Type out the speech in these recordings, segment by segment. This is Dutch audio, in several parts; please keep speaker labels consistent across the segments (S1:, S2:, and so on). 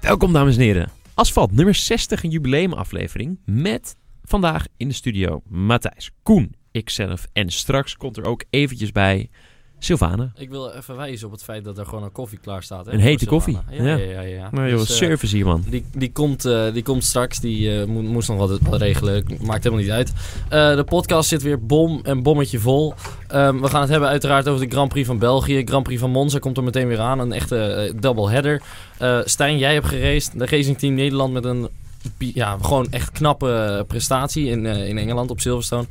S1: Welkom dames en heren. Asfalt nummer 60, een jubileumaflevering met vandaag in de studio Matthijs, Koen, ikzelf en straks komt er ook eventjes bij Sylvana.
S2: Ik wil even wijzen op het feit dat er gewoon een koffie klaar staat. Hè,
S1: eh, Een hete
S2: voor Sylvana.
S1: koffie,
S2: Ja,
S1: ja.
S2: ja, ja. ja, ja.
S1: Nou joh,
S2: Dus, eh,
S1: service hier man.
S2: die, die, komt, eh, die komt straks, die eh, mo- moest nog wat, wat regelen, maakt helemaal niet uit. Eh, de podcast zit weer bom en bommetje vol. Ehm, we gaan het hebben uiteraard over de Grand Prix van België. Grand Prix van Monza komt er meteen weer aan, een echte eh, doubleheader. Eh Stijn, jij hebt geraced, de Racing Team Nederland met een bi- ja, gewoon echt knappe prestatie in, eh, in Engeland op Silverstone.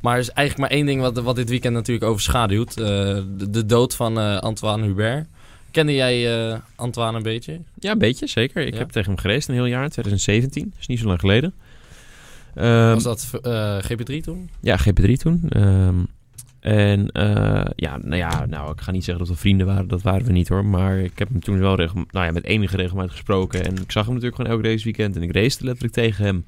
S2: Maar er is eigenlijk maar één ding wat, wat dit weekend natuurlijk overschaduwt. Eh, de, de dood van eh, Antoine Hubert. Kende jij eh, Antoine een beetje?
S1: Ja, een beetje, zeker. Ik
S2: Ja.
S1: heb tegen hem gereisd een heel jaar, 2017. Dat is niet zo lang geleden. Ehm,
S2: Was dat eh, GP3 toen?
S1: Ja, GP3 toen. Ehm, en eh, ja, nou ja, nou, ik ga niet zeggen dat we vrienden waren. Dat waren we niet hoor. Maar ik heb hem toen wel regel, nou ja, met enige regelmaat gesproken. En ik zag hem natuurlijk gewoon elk race weekend. En ik race letterlijk tegen hem.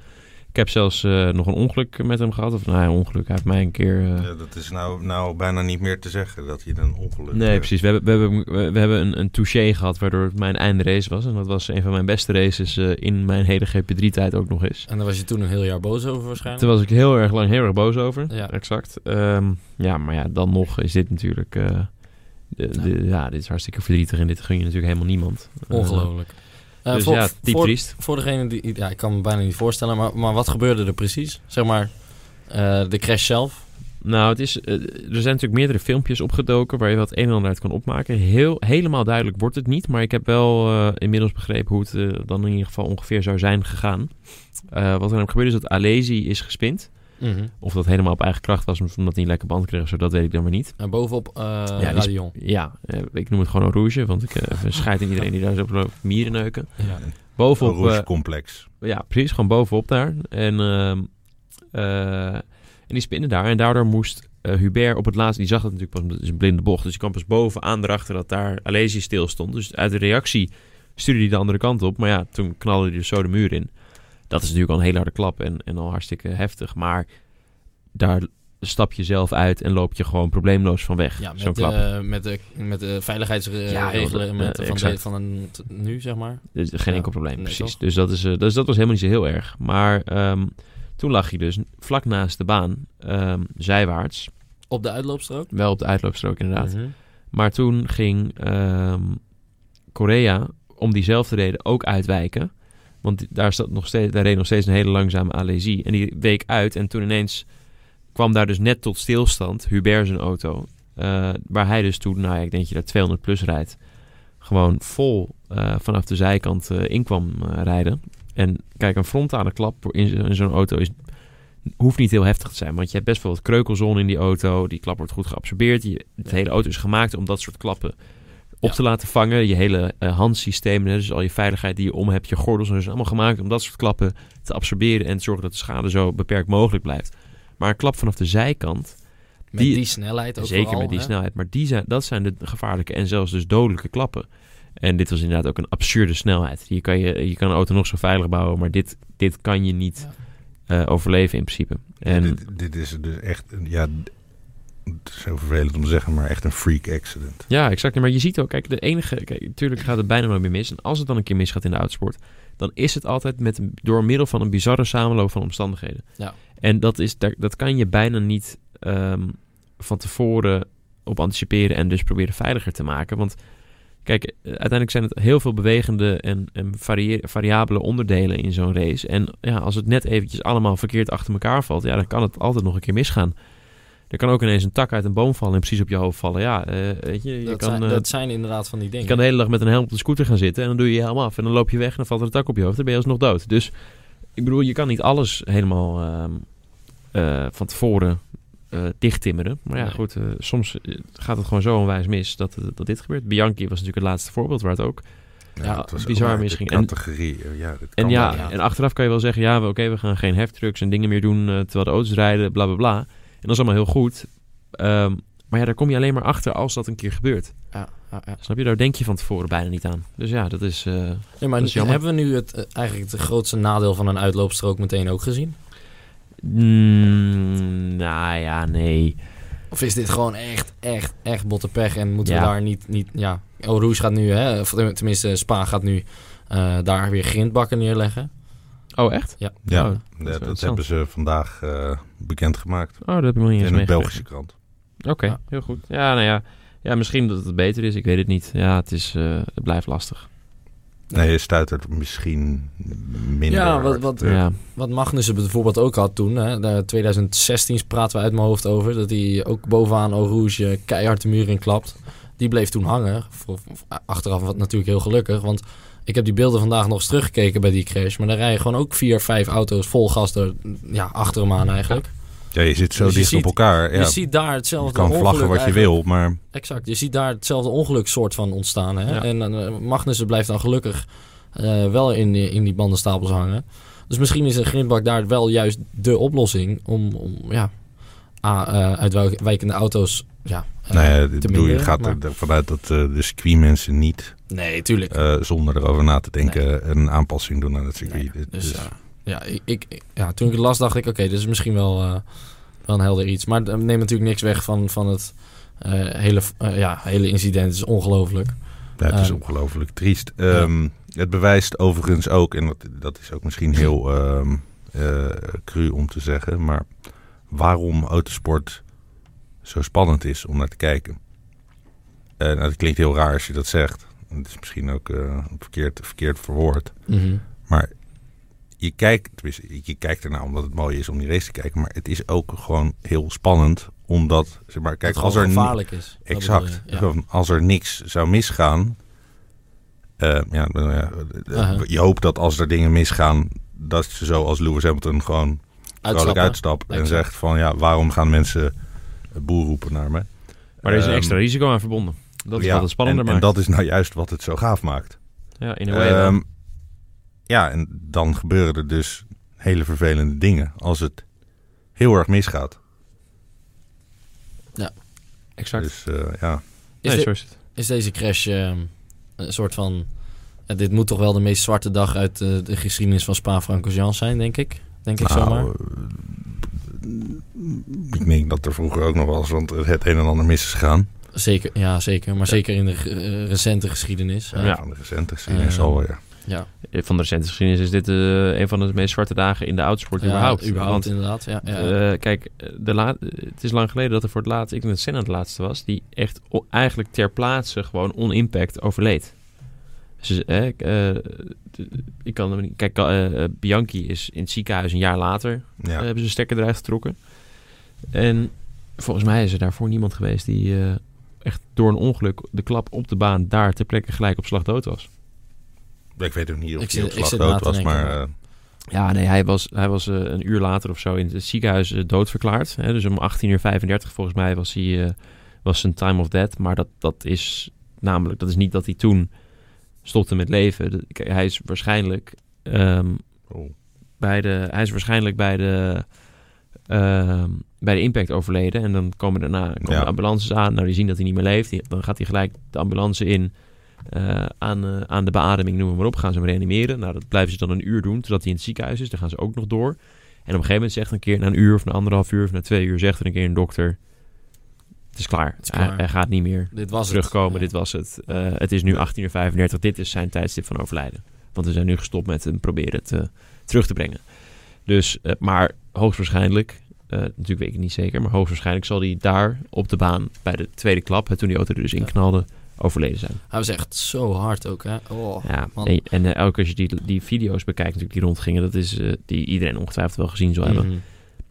S1: Ik heb zelfs eh, nog een ongeluk met hem gehad. Of nou, ja, een ongeluk. Hij heeft mij een keer... eh,
S3: Ja, dat is nou, nou bijna niet meer te zeggen dat hij een ongeluk
S1: Nee,
S3: heeft.
S1: precies. We hebben, we hebben, we- we hebben een, een touché gehad waardoor het mijn eindrace was. En dat was een van mijn beste races eh, in mijn hele GP3-tijd ook nog eens.
S2: En daar was je toen een heel jaar boos over waarschijnlijk.
S1: Daar was ik heel erg lang heel erg boos over.
S2: Ja.
S1: Exact. Ehm, ja, maar ja, dan nog is dit natuurlijk... eh, de, de- ja. dit is hartstikke verdrietig en dit gun je natuurlijk helemaal niemand.
S2: Ongelooflijk.
S1: Eh,
S2: Eh,
S1: dus
S2: voor,
S1: ja, diep
S2: voor,
S1: triest.
S2: voor degene die... Ja, ik kan me bijna niet voorstellen, maar, maar wat gebeurde er precies? Zeg maar, eh, de crash zelf.
S1: Nou, het is, eh, er zijn natuurlijk meerdere filmpjes opgedoken waar je wat een en ander uit kan opmaken. Heel, helemaal duidelijk wordt het niet, maar ik heb wel eh, inmiddels begrepen hoe het eh, dan in ieder geval ongeveer zou zijn gegaan. Eh, wat er hem gebeurd is dat Alesi is gespind. Of dat helemaal op eigen kracht was, omdat hij een lekker band kreeg, of zo, dat weet ik dan maar niet.
S2: En bovenop eh
S1: die is-
S2: Radion.
S1: Ja, eh, ik noem het gewoon een rouge, want ik eh scheid in iedereen die daar zo loopt mieren neuken.
S2: Ja.
S3: Een
S1: Bovenop,
S3: rouge
S1: eh,
S3: complex.
S1: ja precies, gewoon bovenop daar. En, ehm, eh, en die spinnen daar. En daardoor moest eh, Hubert op het laatste, die zag het natuurlijk pas, omdat het is een blinde bocht. Dus die kwam pas bovenaan erachter dat daar Alesi stil stond. Dus uit de reactie stuurde hij de andere kant op. Maar ja, toen knalde hij er zo de muur in. Dat is natuurlijk al een hele harde klap en, en al hartstikke heftig. Maar daar stap je zelf uit en loop je gewoon probleemloos van weg.
S2: Ja,
S1: Zo'n
S2: met, eh,
S1: klap.
S2: de, met, de, met de
S1: Ja, joh,
S2: veiligheidsregelen
S1: dat-
S2: en met
S1: eh,
S2: van, de,
S1: exact.
S2: van een, t- nu, zeg maar.
S1: Dus geen
S2: Ja,
S1: enkel probleem,
S2: nee,
S1: precies.
S2: toch?
S1: Dus dat, is, eh, dus dat was helemaal niet zo heel erg. Maar ehm, toen lag je dus vlak naast de baan, ehm, zijwaarts.
S2: Op de uitloopstrook.
S1: Wel op de uitloopstrook inderdaad.
S2: Mhm.
S1: Maar toen ging ehm, Korea om diezelfde reden ook uitwijken. Want die- daar, zat nog steeds, daar reed nog steeds een hele langzame Alesi. En die week uit en toen ineens kwam daar dus net tot stilstand Hubert zijn auto. eh, waar hij dus toen, nou ja, ik denk dat je daar 200 plus rijdt. Gewoon vol eh, vanaf de zijkant eh, in kwam eh, rijden. En kijk, een frontale klap voor- in, zo- in zo'n auto is, hoeft niet heel heftig te zijn. Want je hebt best wel wat kreukelzone in die auto. Die klap wordt goed geabsorbeerd. Je, de hele auto is gemaakt om dat soort klappen op
S2: Ja.
S1: te laten vangen. Je hele eh, handsysteem, hè, dus al je veiligheid die je om hebt, je gordels, en zo, is allemaal gemaakt om dat soort klappen te absorberen en te zorgen dat de schade zo beperkt mogelijk blijft. Maar een klap vanaf de zijkant,
S2: Met
S1: Die-
S2: die, snelheid ook
S1: zeker
S2: vooral,
S1: met die
S2: hè?
S1: snelheid, maar die zijn, dat zijn de gevaarlijke en zelfs dus dodelijke klappen. En dit was inderdaad ook een absurde snelheid. Je kan, je, je kan een auto nog zo veilig bouwen, maar dit, dit kan je niet eh, overleven in principe. eh, En,
S3: Dit, dit is dus echt, een- ja, d- het is heel vervelend om te zeggen, maar echt een freak accident.
S1: Ja, exact. Maar je ziet ook, kijk, de enige... Kijk, natuurlijk gaat het bijna nooit meer mis. En als het dan een keer misgaat in de autosport... dan is het altijd met, een- door middel van een bizarre samenloop van omstandigheden.
S2: Ja.
S1: En dat, is, daar- dat kan je bijna niet ehm, van tevoren op anticiperen... en dus proberen veiliger te maken. Want kijk, eh, uiteindelijk zijn het heel veel bewegende... en, en varie- variabele onderdelen in zo'n race. En ja, als het net eventjes allemaal verkeerd achter elkaar valt... ja, dan kan het altijd nog een keer misgaan. Er kan ook ineens een tak uit een boom vallen en precies op je hoofd vallen. Ja, eh, weet je, je
S2: Dat,
S1: kan,
S2: zijn,
S1: eh,
S2: dat zijn inderdaad van die dingen.
S1: je kan de hele dag met een helm op de scooter gaan zitten en dan doe je je helm af. En dan loop je weg en dan valt er een tak op je hoofd. Dan ben je alsnog dood. Dus ik bedoel, je kan niet alles helemaal ehm, eh, van tevoren eh dichttimmeren. Maar ja,
S2: Nee.
S1: goed, eh, soms eh, gaat het gewoon zo onwijs mis dat, eh, dat dit gebeurt. Bianchi was natuurlijk het laatste voorbeeld waar het ook Ja,
S3: het was
S1: bizar
S3: ook uit de
S1: misschien. En-
S3: Categorie, eh, ja, dit
S1: en
S3: kan
S1: ja,
S3: wel.
S2: ja.
S1: en achteraf kan je wel zeggen, ja, we- oké, we gaan geen heftrucks en dingen meer doen eh, terwijl de auto's rijden, bla bla bla. En dat is allemaal heel goed. Ehm, maar ja, daar kom je alleen maar achter als dat een keer gebeurt.
S2: Ja, Ah, ja, ja.
S1: Snap je? Daar denk je van tevoren bijna niet aan. Dus ja, dat is... eh,
S2: Ja, maar
S1: Dat is jammer.
S2: hebben we nu het, eh, eigenlijk het grootste nadeel van een uitloopstrook meteen ook gezien?
S1: mm, nou ja, nee.
S2: Of is dit gewoon echt, echt, echt botte pech en moeten
S1: Ja.
S2: we daar niet, niet ja. El Rouge gaat nu, hè, of tenminste Spa gaat nu eh, daar weer grindbakken neerleggen.
S1: Oh, echt?
S3: Ja,
S1: Oh,
S3: dat,
S1: wel
S3: dat
S1: interessant.
S3: hebben ze vandaag eh, bekendgemaakt.
S1: Oh, dat heb ik nog niet eens
S3: in een
S1: meegekregen.
S3: Belgische krant.
S1: Oké,
S2: Ja.
S1: heel goed. Ja, nou ja. Ja, misschien dat het beter is. Ik weet het niet. Ja, het, is, eh, het blijft lastig.
S3: Nee, je stuitert misschien minder
S2: Ja, wat-
S3: hard.
S2: wat-
S1: Ja.
S3: Eh,
S2: Wat Magnussen bijvoorbeeld ook had toen, hè, daar 2016 praten we uit mijn hoofd over, dat hij ook bovenaan Eau Rouge eh, keihard de muur in klapt. Die bleef toen hangen. Voor- voor- Achteraf wat natuurlijk heel gelukkig, want ik heb die beelden vandaag nog eens teruggekeken bij die crash. Maar daar rijden gewoon ook vier, vijf auto's vol gas er, ja, achter hem aan eigenlijk.
S3: ja, je zit zo
S2: Dus je
S3: dicht
S2: ziet-
S3: op elkaar. Ja,
S2: Je
S3: je,
S2: ziet daar hetzelfde
S3: kan
S2: ongeluk
S3: vlaggen wat je
S2: eigenlijk.
S3: wil, maar
S2: Exact, je ziet daar hetzelfde ongeluk soort van ontstaan. Hè?
S1: Ja.
S2: En eh, Magnussen blijft dan gelukkig eh, wel in, die- in die bandenstapels hangen. Dus misschien is een grindbak daar wel juist de oplossing om, om ja, A, eh, uitwijkende auto's ja, eh,
S3: nou ja,
S2: te
S3: ik bedoel, je
S2: minderen,
S3: gaat
S2: maar-
S3: er er vanuit dat eh, de circuitmensen niet
S2: Nee, tuurlijk.
S3: eh, zonder erover na te denken een aanpassing doen aan het circuit.
S2: Nee,
S3: dus,
S2: dus ja, ja, ik, ik, ja, toen ik het las dacht ik, oké, dit is misschien wel, eh, wel een helder iets. Maar het neemt natuurlijk niks weg van, van het eh, hele, eh, ja, hele incident. Het is ongelooflijk.
S3: Ja, het is
S2: Ehm,
S3: ongelooflijk triest. Ehm, Het bewijst overigens ook, en dat, dat is ook misschien heel ehm, eh, cru om te zeggen, maar waarom autosport zo spannend is om naar te kijken. Eh nou, dat klinkt heel raar als je dat zegt. Het is misschien ook eh, verkeerd, verkeerd verwoord.
S2: Mhm.
S3: Je kijkt, tenminste, je kijkt ernaar omdat het mooi is om die race te kijken, maar het is ook gewoon heel spannend omdat, zeg maar, kijk,
S2: Dat
S3: als
S2: gewoon
S3: er ni-
S2: gevaarlijk is. Dat
S3: Exact.
S2: bedoel je, ja.
S3: Gewoon, Als er niks zou misgaan. eh, ja, nou ja, eh,
S2: Aha.
S3: Je hoopt dat als er dingen misgaan. dat je zo als Lewis Hamilton gewoon vrolijk
S2: Uitstappen.
S3: uitstapt. en
S2: Exact.
S3: zegt van ja, waarom gaan mensen boer roepen naar me?
S1: Maar er is een
S3: Ehm,
S1: extra risico aan verbonden. Dat is
S3: ja,
S1: wat het spannender
S3: en, en
S1: maakt.
S3: dat is nou juist wat het zo gaaf maakt.
S1: ja, in een way wel.
S3: Ehm, ja, en dan gebeuren er dus hele vervelende dingen. als het heel erg misgaat.
S1: Exact.
S3: Dus eh, ja.
S2: Is,
S1: nee,
S2: de-
S1: zo is het.
S2: is deze crash ehm, een soort van... eh, dit moet toch wel de meest zwarte dag uit eh, de geschiedenis van Spa-Francorchamps zijn, denk ik. Denk
S1: Nou,
S2: ik zomaar.
S3: eh, Nou, Ik denk dat er vroeger ook nog wel eens want het een en ander mis is gegaan.
S2: Zeker, ja, zeker. Maar zeker in de ge- eh, recente geschiedenis.
S3: Ja.
S2: Eh,
S1: Ja.
S3: Van de recente geschiedenis
S2: Eh,
S3: al ja.
S2: ja.
S1: Eh, Van de recente geschiedenis is dit eh, een van de meest zwarte dagen in de autosport
S2: Ja,
S1: überhaupt. Want,
S2: inderdaad. Ja, ja.
S1: eh, kijk, de la- het is lang geleden dat er voor het laatst, ik denk dat Senna het laatste was, die echt o- eigenlijk ter plaatse gewoon on-impact overleed. Dus, eh, ik, eh, d- ik kan hem niet. Kijk, eh, eh, Bianchi is in het ziekenhuis een jaar later
S3: Ja.
S1: Eh, hebben ze een stekker eruit getrokken. En volgens mij is er daarvoor niemand geweest die eh, echt door een ongeluk de klap op de baan daar ter plekke gelijk op slag dood was.
S3: ik weet ook niet of
S2: ik
S3: hij
S2: zit-
S3: op
S2: ik
S3: slag
S2: zit na
S3: dood
S2: te
S3: was,
S2: denken,
S3: maar
S2: maar-
S3: eh,
S1: Ja, nee, hij was, hij was eh, een uur later of zo in het ziekenhuis eh, doodverklaard. Hè? Dus om 18.35 uur volgens mij was, hij, eh, was zijn time of death. Maar dat, dat is namelijk, dat is niet dat hij toen stopte met leven. Dat- k- hij is waarschijnlijk ehm,
S3: oh,
S1: bij de, hij is waarschijnlijk bij de, ehm, bij de impact overleden. En dan komen daarna komen
S3: Ja.
S1: de ambulances aan. Nou, die zien dat hij niet meer leeft. Die- dan gaat hij gelijk de ambulance in. eh, aan, eh, aan de beademing, noem maar op. Gaan ze hem reanimeren. Nou, dat blijven ze dan een uur doen. Totdat hij in het ziekenhuis is. Dan gaan ze ook nog door. En op een gegeven moment zegt een keer na een uur of na anderhalf uur of na twee uur. Zegt er een keer een dokter. Het is klaar.
S2: is
S1: Hij,
S2: klaar.
S1: hij gaat niet meer
S2: dit was
S1: terugkomen.
S2: het.
S1: Dit was het. Eh, het is nu 18.35 uur. Dit is zijn tijdstip van overlijden. Want we zijn nu gestopt met hem proberen het eh, terug te brengen. Dus, eh, maar hoogstwaarschijnlijk, eh, natuurlijk weet ik het niet zeker, maar hoogstwaarschijnlijk zal hij daar op de baan bij de tweede klap, hè, toen die auto er dus in
S2: Ja.
S1: knalde, overleden zijn.
S2: Hij was echt zo hard ook, hè. Oh.
S1: Ja,
S2: man.
S1: en, en eh, ook als je die, die video's bekijkt natuurlijk die rondgingen, dat is eh, die iedereen ongetwijfeld wel gezien zal hebben
S2: Mhm.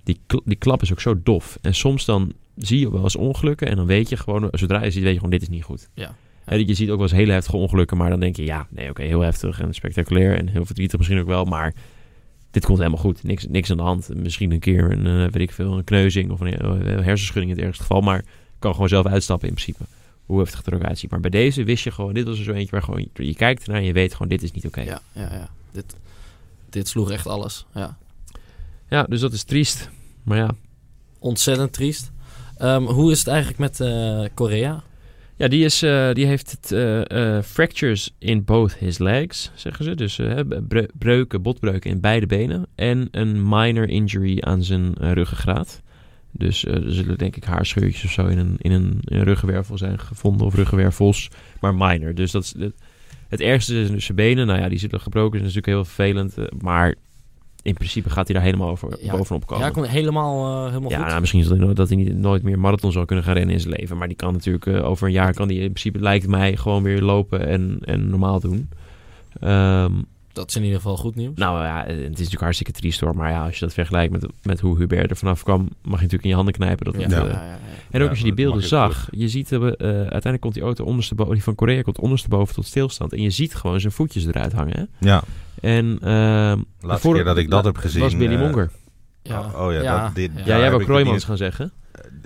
S1: die, kl- die klap is ook zo dof. En soms dan zie je wel eens ongelukken en dan weet je gewoon, zodra je ziet, weet je gewoon, dit is niet goed.
S2: Ja.
S1: Hè, je ziet ook wel eens hele heftige ongelukken, maar dan denk je, ja, nee, oké, heel heftig en spectaculair en heel verdrietig misschien ook wel, maar dit komt helemaal goed. Niks, niks aan de hand. Misschien een keer een, eh, weet ik veel, een kneuzing of een eh, hersenschudding in het ergste geval, maar kan gewoon zelf uitstappen in principe. Hoe heftig het er ook uitziet. Maar bij deze wist je gewoon, dit was er zo eentje waar gewoon, je je kijkt ernaar en je weet gewoon, dit is niet oké.
S2: Ja, ja, ja. Dit, dit sloeg echt alles. Ja.
S1: ja, dus dat is triest. Maar ja,
S2: Ontzettend triest. Ehm, hoe is het eigenlijk met eh, Korea?
S1: Ja, die, is, eh, die heeft het, eh, eh, fractures in both his legs, zeggen ze. Dus eh, bre- breuken, botbreuken in beide benen. En een minor injury aan zijn eh, ruggengraat. Dus eh, er zullen denk ik haarscheurtjes of zo in een, in, een, in een ruggenwervel zijn gevonden. Of ruggenwervels, maar minor. Dus dat is, dat- Het ergste is dus zijn benen. Nou ja, die zitten gebroken. is natuurlijk heel vervelend. eh, Maar in principe gaat hij daar helemaal over,
S2: Ja,
S1: bovenop komen.
S2: Ja, komt helemaal, eh, helemaal
S1: Ja,
S2: goed.
S1: nou, misschien is dat hij nooit- dat hij niet, nooit meer marathon zal kunnen gaan rennen in zijn leven. Maar die kan natuurlijk eh, over een jaar kan die in principe lijkt mij gewoon weer lopen en, en normaal doen. Ehm,
S2: Dat is in ieder geval goed nieuws.
S1: nou ja, het is natuurlijk hartstikke triest hoor. Maar ja, als je dat vergelijkt met, met hoe Hubert er vanaf kwam, mag je natuurlijk in je handen knijpen. Dat het,
S3: Ja.
S1: eh,
S2: ja.
S1: En ook
S3: Ja,
S1: als je die
S3: dat
S1: beelden
S3: mag je ook
S1: zag, je ziet, eh, eh, uiteindelijk komt die auto ondersteboven, die van Korea komt ondersteboven tot stilstand. En je ziet gewoon zijn voetjes eruit hangen. hè.
S3: Ja,
S1: En ehm
S3: de laatste keer dat ik dat heb gezien...
S1: was Billy
S3: eh,
S1: Monger.
S3: Oh, oh ja, dat- dit-
S1: ja,
S3: daar
S1: jij
S3: heb
S1: wou
S3: ik het
S1: Kroijmans
S3: niet-
S1: gaan zeggen.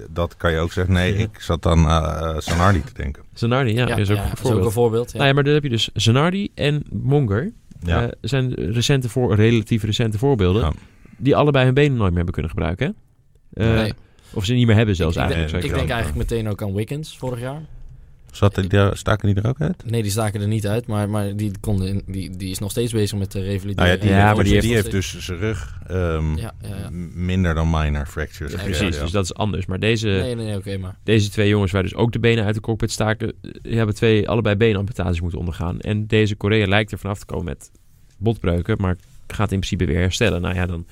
S3: Dat kan je ook zeggen. Nee,
S1: Ja.
S3: ik zat aan eh, eh, Sanardi te denken.
S1: Zanardi, ja, is ook een goed
S2: dat is ook
S1: voorbeeld.
S2: een voorbeeld. Ja.
S1: Nou ja, maar dan heb je dus Zanardi en Monger.
S3: Ja.
S1: eh, zijn recente voor, relatief recente voorbeelden.
S3: Ja.
S1: Die allebei hun benen nooit meer hebben kunnen gebruiken. hè? Eh,
S2: Nee.
S1: Of ze niet meer hebben zelfs
S2: ik, ik,
S1: eigenlijk. zou
S2: denk- ik
S1: ik
S2: denk
S1: zeggen.
S2: eigenlijk meteen ook aan Wiccans vorig jaar.
S3: Zat die daar, staken die er ook uit?
S2: Nee, die staken er niet uit, maar, maar die, konden in- die, die is nog steeds bezig met de revalideren.
S3: Nou ja, die,
S1: Ja,
S3: heeft,
S1: maar
S3: maar
S1: die
S3: die,
S1: heeft-
S3: heeft dus zijn rug ehm,
S2: Ja, ja, ja.
S3: m- minder dan minor fractures.
S2: Ja,
S1: Precies, dus dat is anders. Maar deze,
S3: eh,
S2: Nee, nee, nee, oké, maar...
S1: deze twee jongens waar dus ook de benen uit de cockpit staken... eh, die hebben twee allebei beenamputaties moeten ondergaan. En deze Korea lijkt er vanaf te komen met botbreuken... maar gaat in principe weer herstellen. Nou ja, dan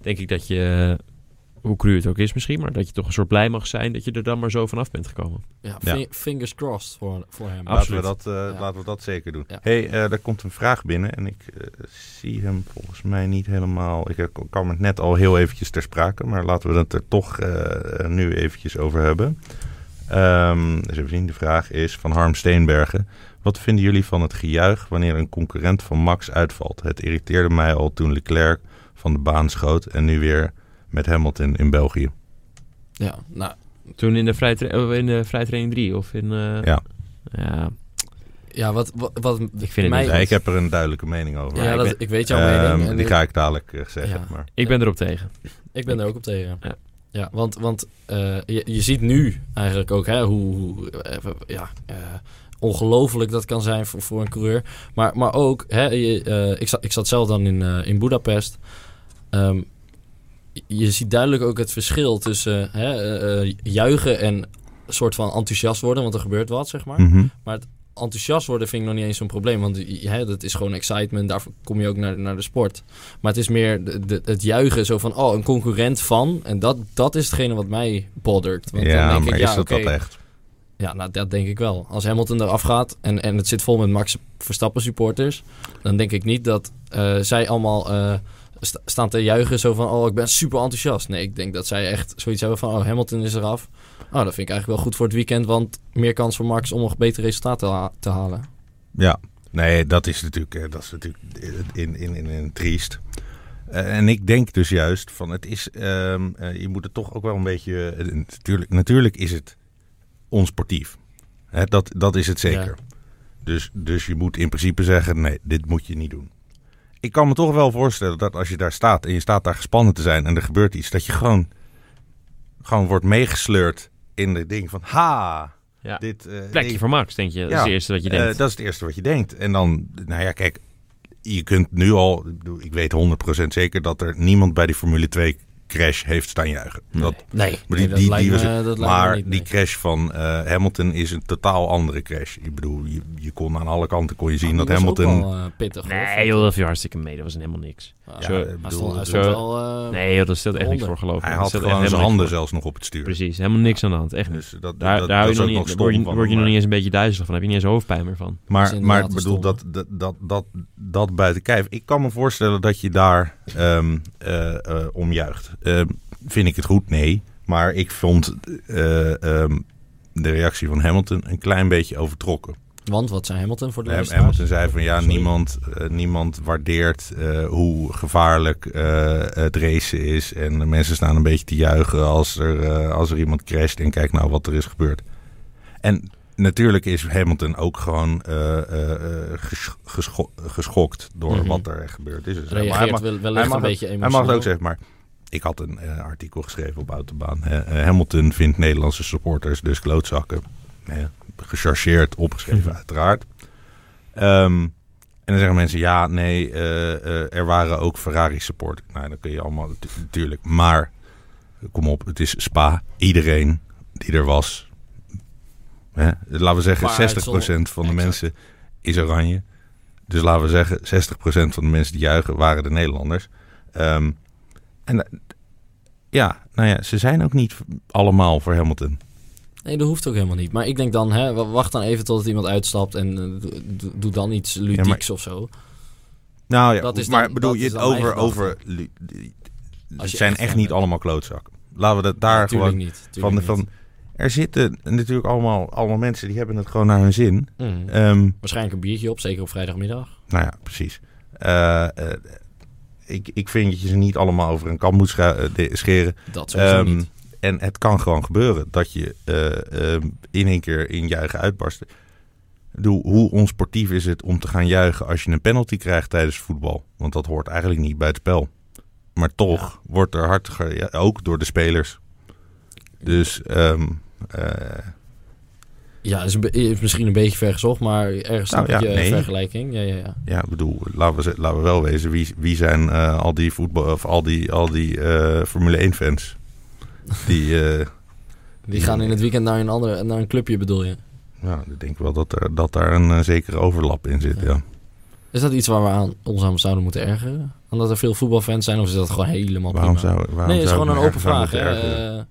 S1: denk ik dat je... eh, Hoe cru het ook is misschien, maar dat je toch een soort blij mag zijn... dat je er dan maar zo vanaf bent gekomen.
S2: Ja,
S3: Ja.
S2: fi- fingers crossed voor, voor hem.
S1: Ah.
S3: Laten we,
S1: absoluut.
S3: dat, eh,
S2: Ja.
S3: laten we dat zeker doen.
S2: Ja.
S3: hey, eh, daar komt een vraag binnen en ik eh, zie hem volgens mij niet helemaal. Ik eh, kwam het net al heel eventjes ter sprake, maar laten we het er toch eh, nu eventjes over hebben. Ehm dus even zien, de vraag is van Harm Steenbergen. Wat vinden jullie van het gejuich wanneer een concurrent van Max uitvalt? Het irriteerde mij al toen Leclerc van de baan schoot en nu weer met Hamilton in België.
S2: Ja, nou,
S1: Toen in de vrijtra- eh, in de vrijtraining 3 of in... eh,
S3: Ja.
S1: ja.
S2: ja wat, wat, wat
S1: Ik vind het
S2: mij-
S1: niet
S3: Ja, ik heb er een duidelijke mening over.
S2: Ja,
S1: ik
S2: dat,
S1: ben-
S2: ik weet jouw mening.
S3: Ehm,
S2: en
S3: die
S2: ik-
S3: ga ik dadelijk eh, zeggen.
S2: Ja.
S3: Maar.
S1: Ik ben erop tegen.
S2: Ik ben er ook op tegen.
S1: Ja.
S2: Ja, want, want eh, je, je ziet nu eigenlijk ook hè, hoe, hoe, eh, ja, eh, ongelooflijk dat kan zijn voor, voor een coureur. Maar, maar ook, hè, je, eh, ik, zat, ik zat zelf dan in, eh, in Budapest. Ehm, je ziet duidelijk ook het verschil tussen hè, eh, eh, juichen en een soort van enthousiast worden, want er gebeurt wat, zeg maar.
S3: Mhm.
S2: Enthousiast worden vind ik nog niet eens zo'n probleem, want je- hè, dat is gewoon excitement, daarvoor kom je ook naar, naar de sport. Maar het is meer de, de- het juichen zo van, oh, een concurrent van. En dat, dat is hetgene wat mij bothert. Want
S3: ja,
S2: dan denk
S3: maar
S2: ik,
S3: is
S2: ja,
S3: dat
S2: oké.
S3: dat echt?
S2: Ja, nou, dat denk ik wel. Als Hamilton eraf gaat en, en het zit vol met Max Verstappen supporters... dan denk ik niet dat eh, zij allemaal eh, sta- staan te juichen zo van... oh, ik ben super enthousiast. Nee, ik denk dat zij echt zoiets hebben van... oh, Hamilton is eraf. Oh, dat vind ik eigenlijk wel goed voor het weekend... want meer kans voor Max om nog betere resultaten te, ha- te halen.
S3: Ja, nee, dat is natuurlijk, eh, dat is natuurlijk in, in, in, in triest. Eh, en ik denk dus juist van het is, ehm, eh, je moet het toch ook wel een beetje, eh, natuurlijk, natuurlijk is het onsportief. Hè, dat, dat is het zeker. Dus, dus je moet in principe zeggen, nee, dit moet je niet doen. Ik kan me toch wel voorstellen dat als je daar staat en je staat daar gespannen te zijn en er gebeurt iets, dat je gewoon, gewoon wordt meegesleurd in het ding van, ha,
S1: Ja.
S3: dit eh,
S1: Plekje
S3: ik-
S1: voor Max, denk je. Dat is
S3: Ja,
S1: het eerste wat je
S3: eh,
S1: denkt.
S3: dat is het eerste wat je denkt. En dan, nou ja, kijk, je kunt nu al, ik bedoel, ik weet 100% zeker dat er niemand bij die Formule 2 crash heeft staan juichen. Dat,
S2: Nee,
S3: maar
S2: nee,
S3: die,
S2: dat
S3: die,
S2: lijkt
S3: die was-
S2: me- dat lijkt me
S3: maar
S2: niet,
S3: die
S2: nee.
S3: crash van eh, Hamilton is een totaal andere crash. Ik bedoel, je, je kon aan alle kanten kon je zien dat
S2: Ah, Die was ook
S3: Hamilton.
S2: wel, eh, pittig, hoor.
S1: nee joh, dat viel hartstikke mee. Dat was helemaal niks.
S2: Ah,
S3: Ja,
S1: Zo-
S3: ik
S2: Hij
S3: bedoel,
S2: stond, hij
S3: zo-
S2: stond wel... eh,
S1: Nee joh, dat stelt echt niks
S2: Honden.
S1: voor geloof ik.
S3: hij
S1: Dat
S3: had
S1: stelt echt
S3: gewoon zijn
S1: helemaal niks
S3: handen
S1: voor.
S3: zelfs nog op het stuur.
S1: Precies, helemaal niks aan de hand. Echt niet.
S3: Dus dat,
S1: Daar,
S3: dat,
S1: daar, hou
S3: dat
S1: je
S3: is
S1: nog
S3: ook
S1: niet,
S3: nog
S1: daar
S3: stom
S1: word je,
S3: van eh,
S1: word je nog
S3: hem, maar-
S1: niet eens een beetje duizelig van. Heb je niet eens hoofdpijn meer van.
S2: Dat is
S3: Maar, maar
S2: inderdaad
S3: ik
S2: een
S3: bedoel, dat,
S2: stomme.
S3: dat, dat, dat, dat buiten kijf. Ik kan me voorstellen dat je daar ehm eh, eh, om juicht. Ehm, vind ik het goed? Nee. Maar ik vond eh, ehm, de reactie van Hamilton een klein beetje overtrokken.
S2: Want wat zei Hamilton voor de
S3: Ham-
S2: luisteraars?
S3: Hamilton zei van ja,
S2: Sorry.
S3: niemand, eh, niemand waardeert eh, hoe gevaarlijk eh, het racen is. En de mensen staan een beetje te juichen als er, eh, als er iemand crasht. En kijk nou wat er is gebeurd. En natuurlijk is Hamilton ook gewoon eh, eh, eh, gesch- gescho- geschokt door
S2: Mhm.
S3: wat er echt gebeurd is. Dus, eh, maar hij
S2: reageert
S3: mag,
S2: wel, wellicht
S3: hij mag
S2: een
S3: het-
S2: beetje
S3: hij mag
S2: emotioneel.
S3: het ook zeggen, maar ik had een eh, artikel geschreven op Autobaan. Eh, eh, Hamilton vindt Nederlandse supporters dus klootzakken. Eh, gechargeerd opgeschreven,
S1: Mhm.
S3: uiteraard. Ehm, en dan zeggen mensen, ja, nee, eh, eh, er waren ook Ferrari-supporters. Nou, dan kun je allemaal, tu- natuurlijk. Maar, kom op, het is Spa. Iedereen die er was, hè, laten we zeggen
S2: Maar
S3: 60% van de
S2: exact.
S3: mensen is oranje. Dus laten we zeggen, 60% van de mensen die juichen waren de Nederlanders. Ehm, en eh, ja, nou ja, ze zijn ook niet allemaal voor Hamilton.
S2: Nee, dat hoeft ook helemaal niet. Maar ik denk dan, hè, w- wacht dan even totdat iemand uitstapt en eh, do- do- doe dan iets ludieks of zo.
S3: Nou ja,
S2: Dat is
S3: maar
S2: dan-
S3: bedoel
S2: dat
S3: je
S2: is
S3: het
S2: dan mijn
S3: over...
S2: gedachte.
S3: over li- die-
S2: Als
S3: het
S2: je
S3: zijn
S2: echt
S3: echt
S2: fan
S3: niet
S2: bent.
S3: allemaal klootzakken. Laten we dat daar
S2: Natuurlijk
S3: gewoon...
S2: niet.
S3: Van,
S2: tuurlijk
S3: de- van,
S2: niet.
S3: er zitten natuurlijk allemaal, allemaal mensen die hebben het gewoon naar hun zin.
S2: Mm.
S3: Ehm
S2: Waarschijnlijk een biertje op, zeker op vrijdagmiddag.
S3: nou ja, precies. Eh, eh, ik, ik vind dat je ze niet allemaal over een kam moet scha- eh, de- scheren.
S2: Dat sowieso
S3: Ehm,
S2: niet.
S3: En het kan gewoon gebeuren dat je eh, ehm, in één keer in juichen uitbarst. Doe, hoe onsportief is het om te gaan juichen als je een penalty krijgt tijdens voetbal? Want dat hoort eigenlijk niet bij het spel. Maar toch wordt er hard, ge- ja, ook door de spelers. Dus ehm, eh,
S2: Ja, is, een be- is misschien een beetje ver gezocht, maar ergens snap
S3: Nou ja,
S2: ik je eh,
S3: nee.
S2: vergelijking. Ja, ja, ja.
S3: Ja, ik bedoel, laten we, ze- laten we wel wezen, wie, wie zijn eh, al die voetbal of al die, al die eh, Formule 1 fans? Die, eh,
S2: Die gaan in het weekend naar een, ander, naar een clubje, bedoel je?
S3: nou, ik denk wel dat, er, dat daar een eh, zekere overlap in zit. Ja.
S2: Ja. Is dat iets waar we aan, ons aan zouden moeten ergeren? Omdat er veel voetbalfans zijn, of is dat gewoon helemaal
S3: Waarom
S2: prima?
S3: zou, waarom
S2: nee, het is
S3: zou ik nou
S2: gewoon
S3: me
S2: een open
S3: ergens aan
S2: vraag.
S3: moeten
S2: hè.
S3: ergeren?
S2: Eh,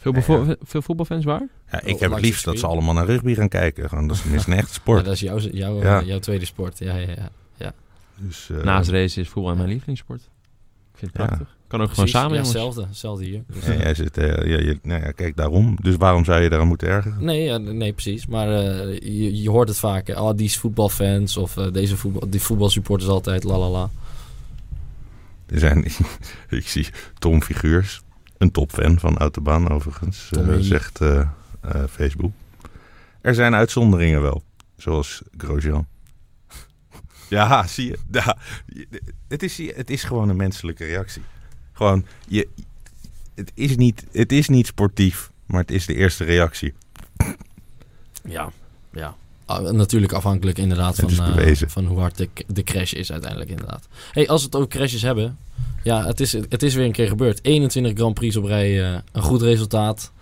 S1: Veel,
S3: Ja,
S1: bevo- veel voetbalfans waar?
S3: ja,
S2: onlangs
S3: ik heb het liefst
S2: is
S3: dat
S2: het
S3: ze allemaal naar rugby gaan kijken. Gewoon, dat is tenminste een echte sport.
S2: ja, dat is jouw, jouw, eh,
S3: Ja.
S2: jouw tweede sport. Ja, ja, ja.
S3: dus, eh,
S1: Naast race is voetbal mijn lievelingssport. Ik vind het
S3: Ja.
S1: prachtig. Kan ook gewoon
S2: Precies.
S1: samen,
S2: ja,
S1: jongens.
S2: hetzelfde, hetzelfde hier. Dus,
S3: ja, jij zit, eh, ja, je- nou ja, kijk daarom. Dus waarom zou je daaraan moeten ergeren?
S2: Nee, ja, nee, precies. Maar eh, je, je hoort het vaker. Ah, die is voetbalfans of eh, deze voetbal, die voetbalsupporters altijd, la la la.
S3: Er zijn, ik zie Tom Figuurs, een topfan van Autobaan overigens, eh,
S2: Tommy.
S3: zegt eh, eh, Facebook. Er zijn uitzonderingen wel, zoals Grosjean. Ja, zie je. Ja, je- het, is, het is gewoon een menselijke reactie. Gewoon, je, het, is niet, het is niet sportief, maar het is de eerste reactie.
S2: Ja, ja. Ah, natuurlijk afhankelijk inderdaad
S3: Het
S2: van,
S3: is
S2: eh,
S3: bewezen.
S2: van hoe hard de, de crash is uiteindelijk inderdaad. hey, als we het over crashes hebben. Ja, het is, het is weer een keer gebeurd. 21 Grand Prix op rij, eh, een goed resultaat.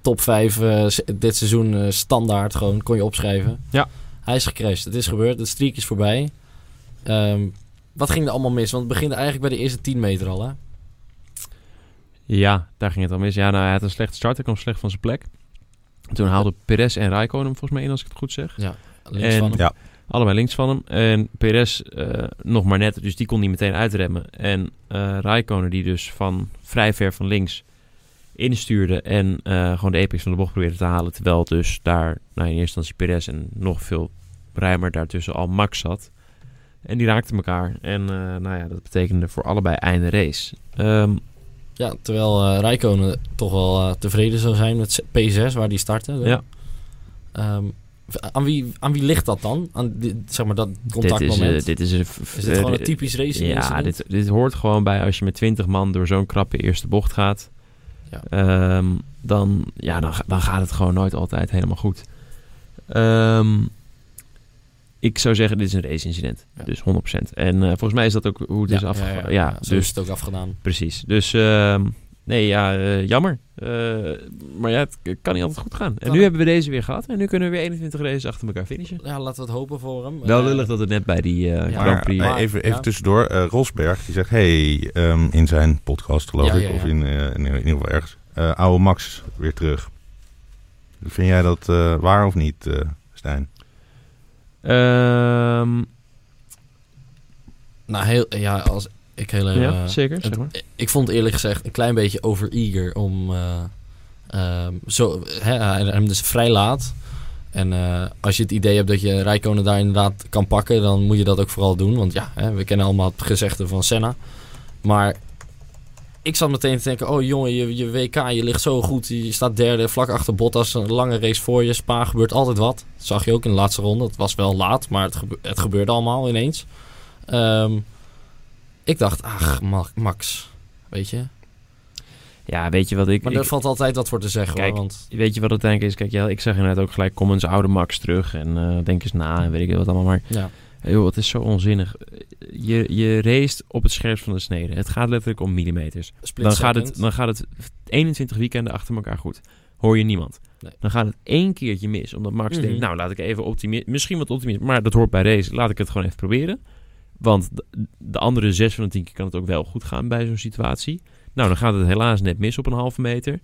S2: Top 5 eh, se- dit seizoen eh, standaard gewoon, kon je opschrijven.
S1: Ja.
S2: Hij is gecrashed, het is gebeurd, de streak is voorbij. Ehm, wat ging er allemaal mis? Want het begint eigenlijk bij de eerste 10 meter al, hè?
S1: Ja, daar ging het al mis. Ja, nou, hij had een slechte start. Hij kwam slecht van zijn plek. Toen haalde Perez en Raikkonen hem volgens mij in, als ik het goed zeg.
S2: Links
S1: En-
S2: van hem.
S3: Ja.
S1: Allebei links van hem. En Perez eh, nog maar net, dus die kon niet meteen uitremmen. En eh Raikkonen die dus van vrij ver van links instuurde en eh, gewoon de apex van de bocht probeerde te halen. Terwijl dus daar nou, in eerste instantie Perez en nog veel ruimer daartussen al Max zat. En die raakten elkaar. En eh, nou ja, dat betekende voor allebei einde race. Ehm,
S2: Ja, terwijl eh Rijkonen toch wel eh, tevreden zou zijn met P6, waar die startte.
S1: Ja.
S2: Ehm, aan, wie, aan wie ligt dat dan? Aan di- zeg maar dat
S1: dit is,
S2: contactmoment?
S1: eh, dit is een... v-
S2: is dit gewoon
S1: eh,
S2: een typisch racing
S1: Ja,
S2: incident?
S1: dit, dit hoort gewoon bij als je met 20 man door zo'n krappe eerste bocht gaat.
S2: Ja.
S1: Ehm, dan, ja, dan, ga- dan gaat het gewoon nooit altijd helemaal goed. Ehm, ik zou zeggen, dit is een race-incident.
S2: Ja.
S1: Dus 100%. En eh, volgens mij is dat ook hoe het is afgegaan. Ja,
S2: zo is
S1: dus
S2: het ook afgedaan.
S1: precies. Dus ehm, nee, ja, eh, jammer. Eh, maar ja, het k- kan niet altijd goed gaan. En
S2: Kan
S1: nu
S2: het.
S1: hebben we deze weer gehad. En nu kunnen we weer 21 races achter elkaar finishen.
S2: Ja, laten we het hopen voor hem.
S1: Wel
S2: Eh,
S1: lullig dat het net bij die eh,
S2: Ja.
S1: Grand Prix...
S3: Maar, eh, even, even
S2: Ja.
S3: tussendoor, eh, Rosberg die zegt: hey, ehm, in zijn podcast, geloof
S2: Ja,
S3: ik,
S2: ja, ja.
S3: of in, eh, in, in ieder geval ergens, eh, oude Max weer terug. Vind jij dat eh, waar of niet, eh, Stijn?
S1: Ehm,
S2: Nou, heel, ja, als ik heel erg...
S1: ja,
S2: eh,
S1: zeker.
S2: het-
S1: zeg maar.
S2: Ik vond eerlijk gezegd een klein beetje overeager om... eh, ehm, zo, hè, hij- hem dus vrij laat. En eh, als je het idee hebt dat je Rijkonen daar inderdaad kan pakken... dan moet je dat ook vooral doen. Want ja, hè, we kennen allemaal het gezegde van Senna. Maar ik zat meteen te denken... oh jongen, je, je WK, je ligt zo goed. Je staat derde, vlak achter Bottas. Een lange race voor je. Spa gebeurt altijd wat. Dat zag je ook in de laatste ronde. Het was wel laat, maar het, gebe- het gebeurde allemaal ineens. Ehm, ik dacht, ach, Ma- Max... Weet je?
S1: Ja, weet je wat ik...
S2: Maar
S1: ik-
S2: daar valt altijd wat voor te zeggen
S1: Kijk,
S2: hoor. Want
S1: Weet je wat het denk is? Kijk, ja, ik zag inderdaad ook gelijk comments oude Max terug en eh, denk eens na en weet ik wat allemaal. Maar Eh,
S2: ja,
S1: joh, het is zo onzinnig. Eh, Je, je race op het scherpst van de snede. Het gaat letterlijk om millimeters.
S2: split
S1: Dan gaat, het,
S2: second.
S1: dan gaat het 21 weekenden achter elkaar goed. Hoor je niemand.
S2: Nee.
S1: Dan gaat het één keertje mis. Omdat Max
S2: Mhm.
S1: denkt, nou laat ik even optimist. Misschien wat optimist, maar dat hoort bij race. Laat ik het gewoon even proberen. Want d- de andere zes van de tien keer kan het ook wel goed gaan bij zo'n situatie. Nou, dan gaat het helaas net mis op een halve meter.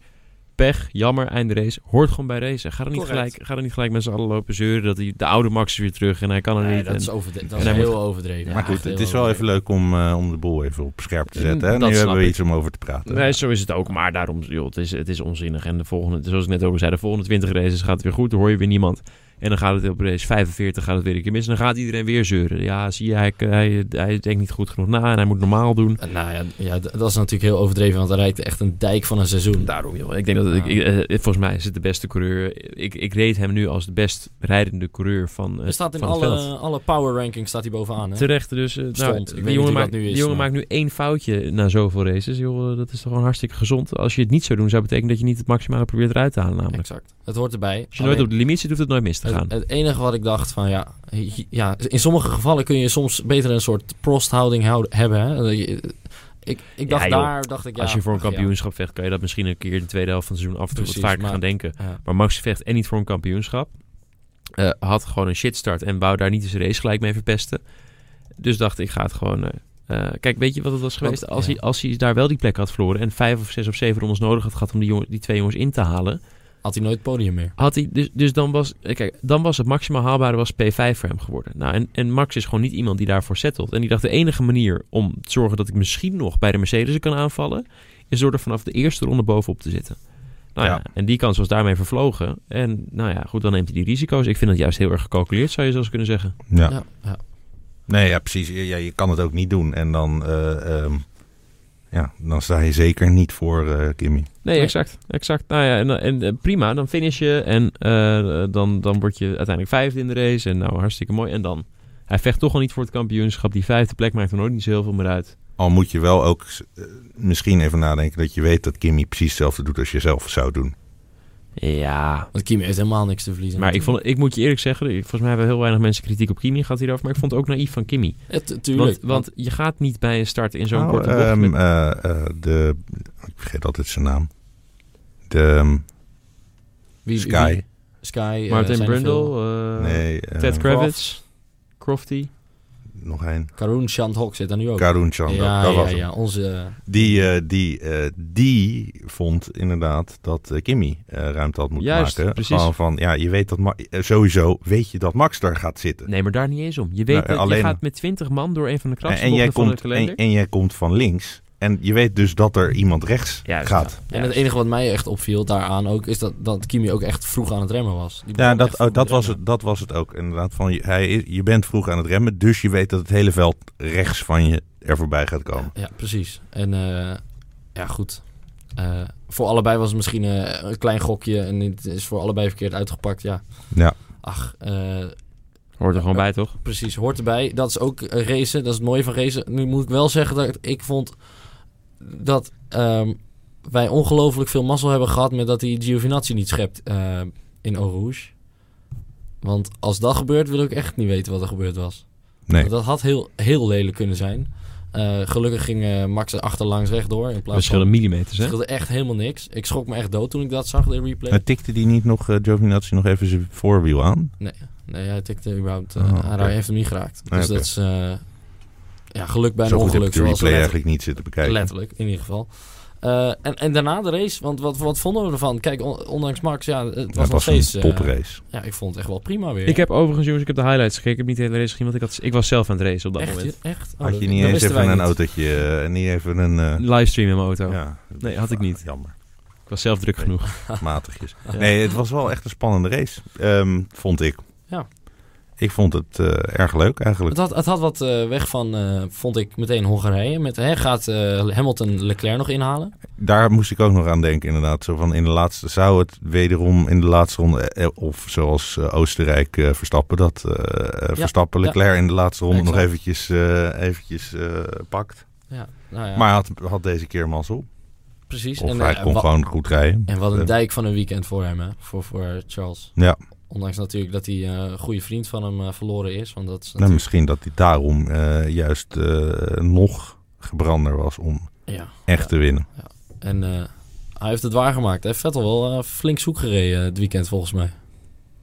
S1: Pech, jammer, eindrace. Hoort gewoon bij racen. Ga er niet,
S2: Correct.
S1: gelijk, ga er niet gelijk met z'n allen lopen zeuren dat hij, de oude Max is weer terug en hij kan er
S2: Nee,
S1: niet.
S2: dat
S1: en-
S2: is, overde- dat
S1: en
S2: is
S1: hij
S2: heel
S1: moet-
S2: overdreven.
S3: maar
S2: Ja,
S3: goed,
S2: echt
S3: het
S2: heel Mm,
S3: is wel even
S2: overdreven.
S3: leuk om, eh, om de boel even op scherp te zetten.
S1: Dat
S3: Hè? Nu hebben
S1: snap
S3: we
S1: ik.
S3: iets om over te praten.
S1: Nee, zo is het ook. Maar daarom, joh, het, is, het is onzinnig. En de volgende, zoals ik net ook al zei, de volgende 20 races gaat het weer goed. Dan hoor je weer niemand. En dan gaat het op race 45 gaat het weer een keer mis. En dan gaat iedereen weer zeuren. Ja, zie je, hij, hij, hij denkt niet goed genoeg na en hij moet normaal doen.
S2: Eh, Nou ja, ja, d- dat is natuurlijk heel overdreven, want hij rijdt echt een dijk van een seizoen.
S1: Daarom, joh. Ik denk dat ik, ik- eh, volgens mij is het de beste coureur. Ik, ik reed hem nu als de best rijdende coureur van. eh,
S2: Hij staat in
S1: van het veld.
S2: alle, alle power rankings staat hij bovenaan. Hè?
S1: Terecht, dus eh,
S2: Stond.
S1: nou,
S2: Ik weet
S1: die
S2: niet
S1: jongen,
S2: hoe dat
S1: maakt,
S2: nu is,
S1: die jongen
S2: maar-
S1: maakt nu één foutje na zoveel races. Joh, dat is toch gewoon hartstikke gezond. Als je het niet zou doen, zou betekenen dat je niet het maximale probeert eruit te halen. Namelijk.
S2: Exact. Het hoort erbij.
S1: Als je nooit
S2: Alleen-
S1: op de limiet zit, hoeft het nooit mis te gaan.
S2: Het, het enige wat ik dacht van ja, hi- ja, in sommige gevallen kun je soms beter een soort prosthouding houden, hebben. Hè? Dat je- Ik, ik dacht
S1: Ja, joh.
S2: daar, dacht ik ja.
S1: Als je voor een
S2: ach, ja.
S1: kampioenschap vecht, kan je dat misschien een keer in de tweede helft van het seizoen af en toe wat
S2: Precies,
S1: vaker
S2: maar-
S1: gaan denken.
S2: Ja.
S1: Maar Max vecht en niet voor een kampioenschap. Eh, had gewoon een shitstart en wou daar niet eens race gelijk mee verpesten. Dus dacht ik, ga het gewoon... eh, eh, kijk, weet je wat het was geweest? als,
S2: ja.
S1: hij, als hij daar wel die plek had verloren... en vijf of zes of zeven rondes nodig had gehad om die, jongen, die twee jongens in te halen...
S2: Had hij nooit het podium meer.
S1: had hij... Dus, dus dan, was, eh, kijk, dan was het maximaal haalbare was P5 voor hem geworden. Nou, en, en Max is gewoon niet iemand die daarvoor settelt. En die dacht, de enige manier om te zorgen dat ik misschien nog bij de Mercedes kan aanvallen... is door er vanaf de eerste ronde bovenop te zitten. Nou ja.
S3: Ja.
S1: en die kans was daarmee vervlogen. En nou ja, goed, dan neemt hij die risico's. Ik vind dat juist heel erg gecalculeerd, zou je zelfs kunnen zeggen.
S3: Ja.
S2: Ja, ja.
S3: Nee, ja, precies. Ja, je kan het ook niet doen. En dan, eh, ehm, ja, dan sta je zeker niet voor eh, Kimmy.
S1: Nee,
S2: Nee.
S1: exact. exact. Nou ja, en, en eh, prima, dan finish je. En eh, dan, dan word je uiteindelijk vijfde in de race. En nou, hartstikke mooi. En dan, hij vecht toch al niet voor het kampioenschap. Die vijfde plek maakt er ook niet zo heel veel meer uit.
S3: Al moet je wel ook eh, misschien even nadenken dat je weet dat Kimmy precies hetzelfde doet als je zelf zou doen.
S1: Ja,
S2: Want Kimi heeft helemaal niks te verliezen.
S1: maar ik, vond, ik moet je eerlijk zeggen, ik- volgens mij hebben heel weinig mensen kritiek op Kimi gehad hierover. Maar ik vond het ook naïef van Kimi.
S2: Ja, tu- tuurlijk.
S1: Want, want je gaat niet bij een start in zo'n
S3: Nou,
S1: korte bocht.
S3: ehm,
S1: met-
S3: eh, eh, de, ik vergeet altijd zijn naam. De ehm,
S2: Wie-
S3: Sky.
S2: wie- Sky. eh,
S1: Martin
S2: zijn er veel.
S1: Brundle, eh,
S3: nee, eh,
S1: Ted
S2: Croft.
S1: Kravitz, Crofty.
S3: nog een.
S2: Karun Chandhok zit daar nu
S1: Oh.
S2: ook.
S3: Karun Chandra.
S2: ja,
S3: dat
S2: ja,
S3: was hem.
S2: ja, onze...
S3: Die, eh, die, eh, die vond inderdaad dat eh, Kimmy eh, ruimte had moeten
S1: Juist,
S3: maken.
S1: precies.
S3: Gewoon van, ja, je weet dat Ma- eh, sowieso weet je dat Max daar gaat zitten.
S1: Nee, maar daar niet eens om. Je weet
S3: Nou,
S1: dat
S3: alleen-
S1: je gaat met 20 man door een van de
S3: En,
S1: krachtste
S3: en, jij
S1: bochten van
S3: komt,
S1: de kalender.
S3: en, en jij komt van links. En je weet dus dat er iemand rechts
S1: Juist,
S3: gaat.
S1: ja.
S2: En het
S1: Juist.
S2: enige wat mij echt opviel daaraan ook, is dat, dat Kimi ook echt vroeg aan het remmen was. Die
S3: Ja,
S2: begon echt
S3: dat,
S2: vroeg
S3: oh, dat,
S2: te
S3: was
S2: remmen.
S3: het, dat was het ook. Inderdaad, van, je- hij, is- je bent vroeg aan het remmen, dus je weet dat het hele veld rechts van je er voorbij gaat komen.
S2: Ja, precies. En eh, ja, goed. Eh, voor allebei was het misschien eh, een klein gokje en het is voor allebei verkeerd uitgepakt. Ja,
S3: Ja,
S2: ach, eh,
S1: Hoort er gewoon bij, toch?
S2: precies. Hoort erbij. Dat is ook eh, racen. Dat is het mooie van racen. Nu moet ik wel zeggen dat ik vond dat ehm, wij ongelooflijk veel mazzel hebben gehad met dat hij Giovinazzi niet schept eh, in Eau Rouge. Want als dat gebeurt, wil ik echt niet weten wat er gebeurd was.
S3: nee.
S2: Want Dat had heel, heel lelijk kunnen zijn. Eh, gelukkig ging eh, Max er achterlangs rechtdoor. In plaats van
S1: Verschillende millimeters,
S2: het
S1: hè?
S2: scheelde echt helemaal niks. Ik schrok me echt dood toen ik dat zag, de replay.
S3: Maar tikte die niet nog, eh, Giovinazzi, nog even zijn voorwiel aan?
S2: Nee, hij tikte überhaupt... eh,
S3: Oh,
S2: aan,
S3: oké.
S2: Hij heeft hem niet geraakt. Dus
S3: Nee, oké.
S2: dat is... eh, ja, geluk bij een
S3: Zo goed heb ik
S2: ongeluk.
S3: de
S2: Zoals we
S3: replay
S2: net-
S3: eigenlijk niet zitten bekijken.
S2: letterlijk, in ieder geval. Eh, en, en daarna de race, want wat, wat vonden we ervan? Kijk, on- ondanks Max, ja, het was
S3: Dat
S2: nog
S3: was
S2: steeds...
S3: een
S2: eh,
S3: toprace.
S2: ja, ik vond het echt wel prima weer.
S1: Ik heb overigens, jongens, ik heb de highlights gekeken. Ik heb niet de hele race gezien, want ik, had, ik was zelf aan het racen op dat
S2: echt,
S1: moment.
S2: echt? Oh,
S3: Had
S2: dat-
S3: je niet
S2: dat
S3: eens
S2: wisten wij
S3: even een
S2: niet.
S3: autootje eh, en niet even een... eh,
S1: Livestream in mijn auto.
S3: ja, ah,
S1: Nee, had ik niet.
S3: Jammer.
S1: Ik was zelf druk
S3: Nee.
S1: genoeg.
S3: Matigjes.
S2: Ja.
S3: Nee, het was wel echt een spannende race. ehm, vond ik.
S2: Ja.
S3: Ik vond het eh, erg leuk eigenlijk.
S2: Het had, het had wat eh, weg van, eh, vond ik, meteen Hongarije. Met, hè, gaat eh, Hamilton Leclerc nog inhalen?
S3: Daar moest ik ook nog aan denken, inderdaad. Zo van in de laatste zou het wederom in de laatste ronde, eh, eh, of zoals eh, Oostenrijk eh, verstappen, dat eh, eh, verstappen
S2: ja.
S3: Leclerc in de laatste ronde nog
S2: Exact.
S3: eventjes, eh, eventjes eh, pakt.
S2: Ja, nou ja,
S3: Maar hij had, had deze keer mazzel.
S2: precies.
S3: Of
S2: en,
S3: hij
S2: eh,
S3: kon
S2: wa-
S3: gewoon goed rijden.
S2: en wat een
S3: eh,
S2: dijk van een weekend voor hem, hè? Voor, voor Charles.
S3: Ja.
S2: Ondanks natuurlijk dat hij eh, een goede vriend van hem eh, verloren is. Want dat is
S3: Nou,
S2: natuurlijk...
S3: misschien dat hij daarom eh, juist eh, nog gebrander was om
S2: Ja.
S3: echt te winnen.
S2: En eh, Hij heeft het waargemaakt. Hij heeft Vettel wel eh, flink zoek gereden eh, het weekend volgens mij. Ik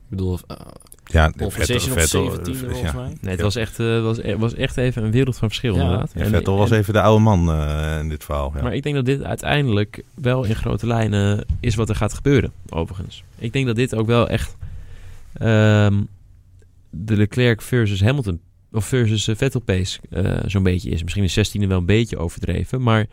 S2: bedoel, eh,
S3: Ja,
S2: pole
S3: Vettel,
S2: position op
S3: Vettel,
S2: 17
S3: eh,
S2: volgens
S3: ja.
S2: mij.
S1: Nee, het
S3: Ja.
S1: was echt, eh, was, eh, was echt even een wereld van verschil
S2: Ja.
S1: inderdaad.
S3: Ja,
S1: En-
S3: Vettel was
S1: en-
S3: even de oude man eh, in dit verhaal. Ja.
S1: Maar ik denk dat dit uiteindelijk wel in grote lijnen is wat er gaat gebeuren, overigens. Ik denk dat dit ook wel echt ehm, de Leclerc versus Hamilton of versus eh, Vettel pace eh, zo'n beetje is. Misschien is 16e wel een beetje overdreven, maar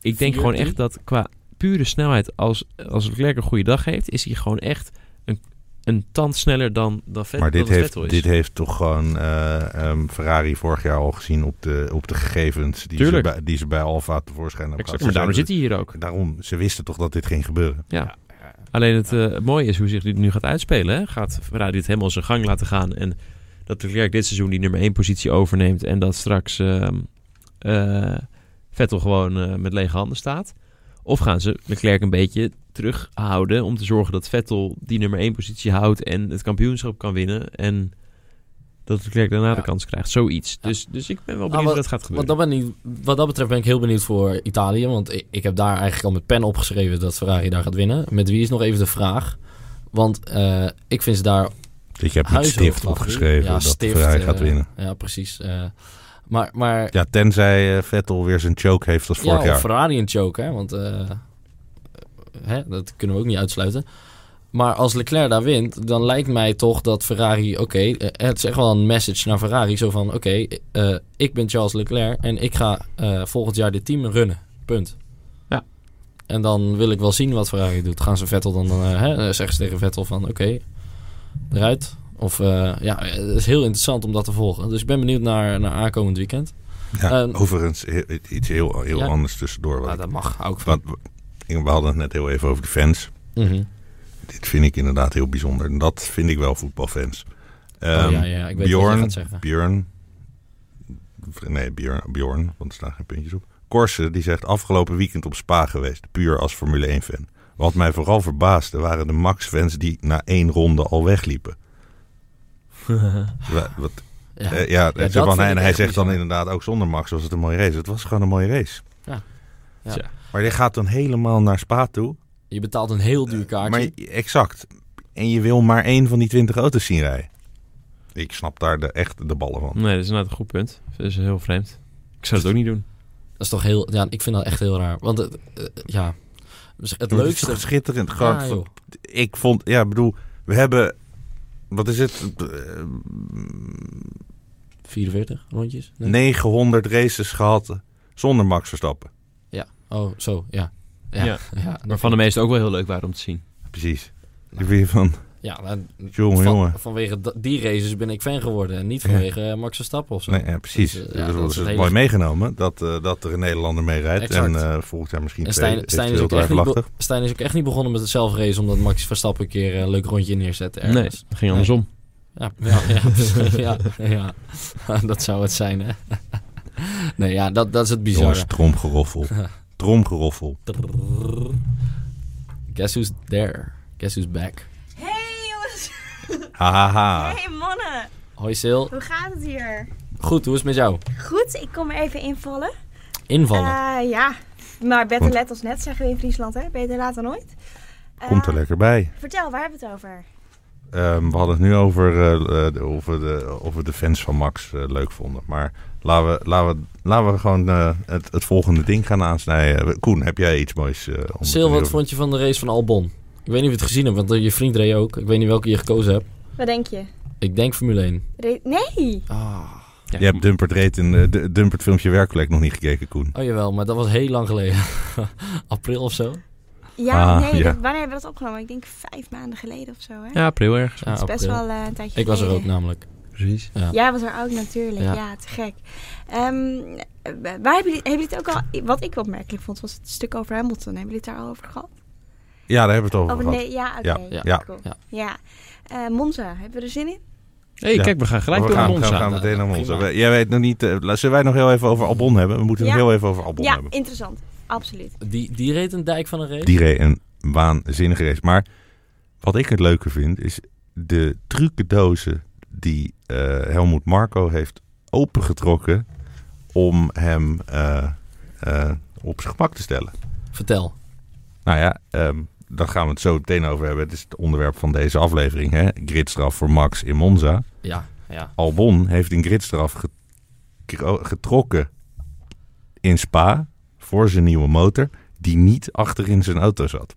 S1: ik denk
S2: Vier,
S1: gewoon
S2: drie?
S1: echt dat qua pure snelheid, als, als Leclerc een goede dag heeft, is hij gewoon echt een, een tand sneller dan, dan, Vet,
S3: Maar
S1: dan
S3: dit
S1: dat
S3: heeft,
S1: Vettel is.
S3: dit heeft toch gewoon eh, ehm, Ferrari vorig jaar al gezien op de, op de gegevens die ze,
S1: Tuurlijk.
S3: bij, die ze bij Alfa tevoorschijn hebben
S1: exact,
S3: gehaald.
S1: maar daarom
S3: Ze
S1: zit hij hier ook.
S3: zeiden- Daarom, ze wisten toch dat dit ging gebeuren.
S1: Alleen het, eh, het mooie is hoe zich dit nu gaat uitspelen. Hè? Gaat Ferrari dit helemaal zijn gang laten gaan en dat Leclerc dit seizoen die nummer 1 positie overneemt en dat straks ehm, eh, Vettel gewoon eh, met lege handen staat? Of gaan ze Leclerc een beetje terughouden om te zorgen dat Vettel die nummer 1 positie houdt en het kampioenschap kan winnen en dat Leclerc daarna de
S2: Ja.
S1: kans krijgt? Zoiets.
S2: Ja.
S1: Dus, dus ik ben wel
S2: Nou,
S1: benieuwd hoe dat gaat
S2: Wat
S1: gebeuren.
S2: dat, benieuwd- wat dat betreft ben ik heel benieuwd voor Italië. Want ik, ik heb daar eigenlijk al met pen opgeschreven dat Ferrari daar gaat winnen. Met wie is nog even de vraag. Want eh, ik vind ze daar
S3: Ik heb niet
S2: huizenhoog
S3: stift
S2: favoriet.
S3: opgeschreven
S2: Ja,
S3: dat
S2: stift,
S3: Ferrari
S2: eh,
S3: gaat winnen.
S2: Ja, precies. eh. maar, maar
S3: Ja, tenzij eh, Vettel weer zijn choke heeft als vorig
S2: ja, of
S3: jaar.
S2: Ferrari een choke, hè? Want eh, hè, dat kunnen we ook niet uitsluiten. Maar als Leclerc daar wint, dan lijkt mij toch dat Ferrari, oké, eh, het is echt wel een message naar Ferrari, zo van, oké, eh, ik ben Charles Leclerc en ik ga eh, volgend jaar dit team runnen. Punt.
S1: Ja.
S2: En dan wil ik wel zien wat Ferrari doet. Gaan ze Vettel dan, eh, hè, eh, zeggen ze tegen Vettel van, oké, eruit. Of eh, ja, eh, het is heel interessant om dat te volgen. Dus ik ben benieuwd naar, naar aankomend weekend.
S3: Ja,
S2: Ehm,
S3: overigens, he- iets heel, heel
S2: ja.
S3: anders tussendoor. Wat
S2: Ja,
S3: ik-
S2: dat mag ook van.
S3: want we, Inge, we hadden het net heel even over de fans.
S2: Mhm.
S3: Dit vind ik inderdaad heel bijzonder. En dat vind ik wel voetbalfans.
S2: Oh,
S3: Ehm,
S2: ja, ja, ik weet wat je
S3: Bjorn,
S2: gaat zeggen.
S3: Björn. Nee, Björn, Bjorn, want er staan geen puntjes op. Korsen, die zegt afgelopen weekend op Spa geweest, puur als Formule 1-fan. Wat mij vooral verbaasde waren de Max-fans die na één ronde al wegliepen. Wa- Wat,
S2: Ja.
S3: eh, ja,
S2: dat
S3: zo
S2: vind
S3: van,
S2: ik
S3: en hij
S2: echt
S3: zegt dan
S2: bizar.
S3: inderdaad ook zonder Max was het een mooie race. Het was gewoon een mooie race.
S2: Ja. Ja.
S1: Tja.
S3: Maar je gaat dan helemaal naar Spa toe.
S2: Je betaalt een heel duur kaartje.
S3: Maar je- exact. En je wil maar één van die twintig auto's zien rijden. Ik snap daar de, echt de ballen van.
S1: Nee, dat is inderdaad een goed punt. Dat is heel vreemd. Ik zou het ook niet doen.
S2: Dat is toch heel... Ja, ik vind dat echt heel raar. Want het, eh, ja... Dus het
S3: Het is
S2: leukste...
S3: toch schitterend. Gewoon
S2: Ja, joh.
S3: ik vond, ja, ik bedoel, we hebben, wat is het, eh,
S2: 44 rondjes?
S3: 900 races gehad eh, zonder Max Verstappen.
S2: Ja. Oh, zo. Ja. Ja.
S1: Ja.
S2: Ja, Nou,
S1: Waarvan de meeste ook wel heel leuk waren om te zien.
S3: Precies. Ik weer van,
S2: Ja, nou,
S3: jongen,
S2: van-
S3: jongen.
S2: vanwege da- die races ben ik fan geworden. En niet vanwege eh, Max Verstappen of zo.
S3: Nee, ja, precies.
S2: Dus, eh, ja,
S3: dat,
S2: dat is
S3: is
S2: het
S3: mooi
S2: hele-
S3: meegenomen, dat, eh, dat er een Nederlander mee rijdt.
S2: Exact.
S3: En eh volgend jaar misschien
S2: En
S3: twee,
S2: Stijn, Stijn, is
S3: eventueel
S2: ook echt niet be-
S3: twijfelachtig.
S2: Stijn is ook echt niet begonnen met het zelfrace... omdat Max Verstappen een keer een leuk rondje neerzette
S1: Nee,
S2: ergens.
S1: dat ging andersom.
S2: Ja, ja, ja, precies. ja, ja. dat zou het zijn, hè? Nee, ja, dat, dat is het
S3: Jongens,
S2: bizarre.
S3: tromgeroffel. Tromgeroffel.
S2: Guess who's there? Guess who's back?
S4: Hey jongens!
S3: Hahaha.
S4: Hey mannen!
S2: Hoi Sil.
S4: Hoe gaat het hier?
S2: Goed, hoe is het met jou?
S4: Goed, ik kom er even invallen.
S2: Invallen.
S4: Eh, ja, maar better let als net zeggen we in Friesland, hè? Beter laat dan nooit. Eh,
S3: Komt er lekker bij.
S4: Vertel, waar hebben we het over?
S3: Ehm, we hadden het nu over eh, eh, de- of, we de, of we de fans van Max eh, leuk vonden. Maar laten we, laten we, laten we gewoon eh, het, het volgende ding gaan aansnijden. Eh, Koen, heb jij iets moois? eh, om te
S2: Sil,
S3: doen?
S2: wat vond je van de race van Albon? Ik weet niet of je het gezien hebt, want eh, je vriend reed ook. Ik weet niet welke je gekozen hebt.
S4: Wat denk je?
S2: Ik denk Formule 1.
S4: Re- nee!
S2: Ah.
S3: Je hebt Dumpert Reed in eh, D- Dumpert filmpje werkelijk nog niet gekeken, Koen.
S2: Oh jawel, maar dat was heel lang geleden. April of zo.
S4: Ja,
S3: Ah,
S4: nee,
S3: ja.
S4: dat- wanneer hebben we dat opgenomen? Ik denk vijf maanden geleden of zo, hè?
S1: Ja, april ergens.
S2: Ja,
S4: Het is best
S2: april.
S4: wel eh, een tijdje
S2: Ik was er ook
S4: geleden.
S2: namelijk.
S1: Precies.
S4: Jij was er ook natuurlijk,
S2: Ja.
S4: ja, te gek. Ehm, eh, waar hebben jullie, hebben jullie het ook al... Wat ik wel merkelijk vond, was het stuk over Hamilton. Hebben jullie het daar al over gehad?
S3: Ja, daar hebben we het over
S4: Oh,
S3: gehad.
S4: nee, ja, oké.
S3: Ja,
S4: Ja,
S3: ja.
S4: cool.
S2: Ja.
S4: Ja. Eh, Monza, hebben we er zin in?
S1: hey,
S3: Ja.
S1: kijk, we gaan gelijk
S3: Maar we
S1: door naar
S3: gaan, gaan,
S1: Monza.
S3: gaan meteen naar
S2: Prima.
S3: Monza. We- Jij weet nog niet... eh, la- zullen wij nog heel even over Albon hebben? We moeten nog
S4: Ja.
S3: heel even over Albon
S4: ja,
S3: hebben.
S4: interessant. Absoluut.
S2: Die, die reed een dijk van een race?
S3: Die reed een waanzinnige race. Maar wat ik het leuke vind, is de trucendozen die eh, Helmoet Marco heeft opengetrokken om hem eh, eh, op zijn gemak te stellen.
S2: Vertel.
S3: Nou ja, ehm daar gaan we het zo meteen over hebben. Het is het onderwerp van deze aflevering. Hè? Gridstraf voor Max in Monza.
S2: Ja, ja.
S3: Albon heeft een gridstraf ge- gro- getrokken in Spa voor zijn nieuwe motor, die niet achterin zijn auto zat.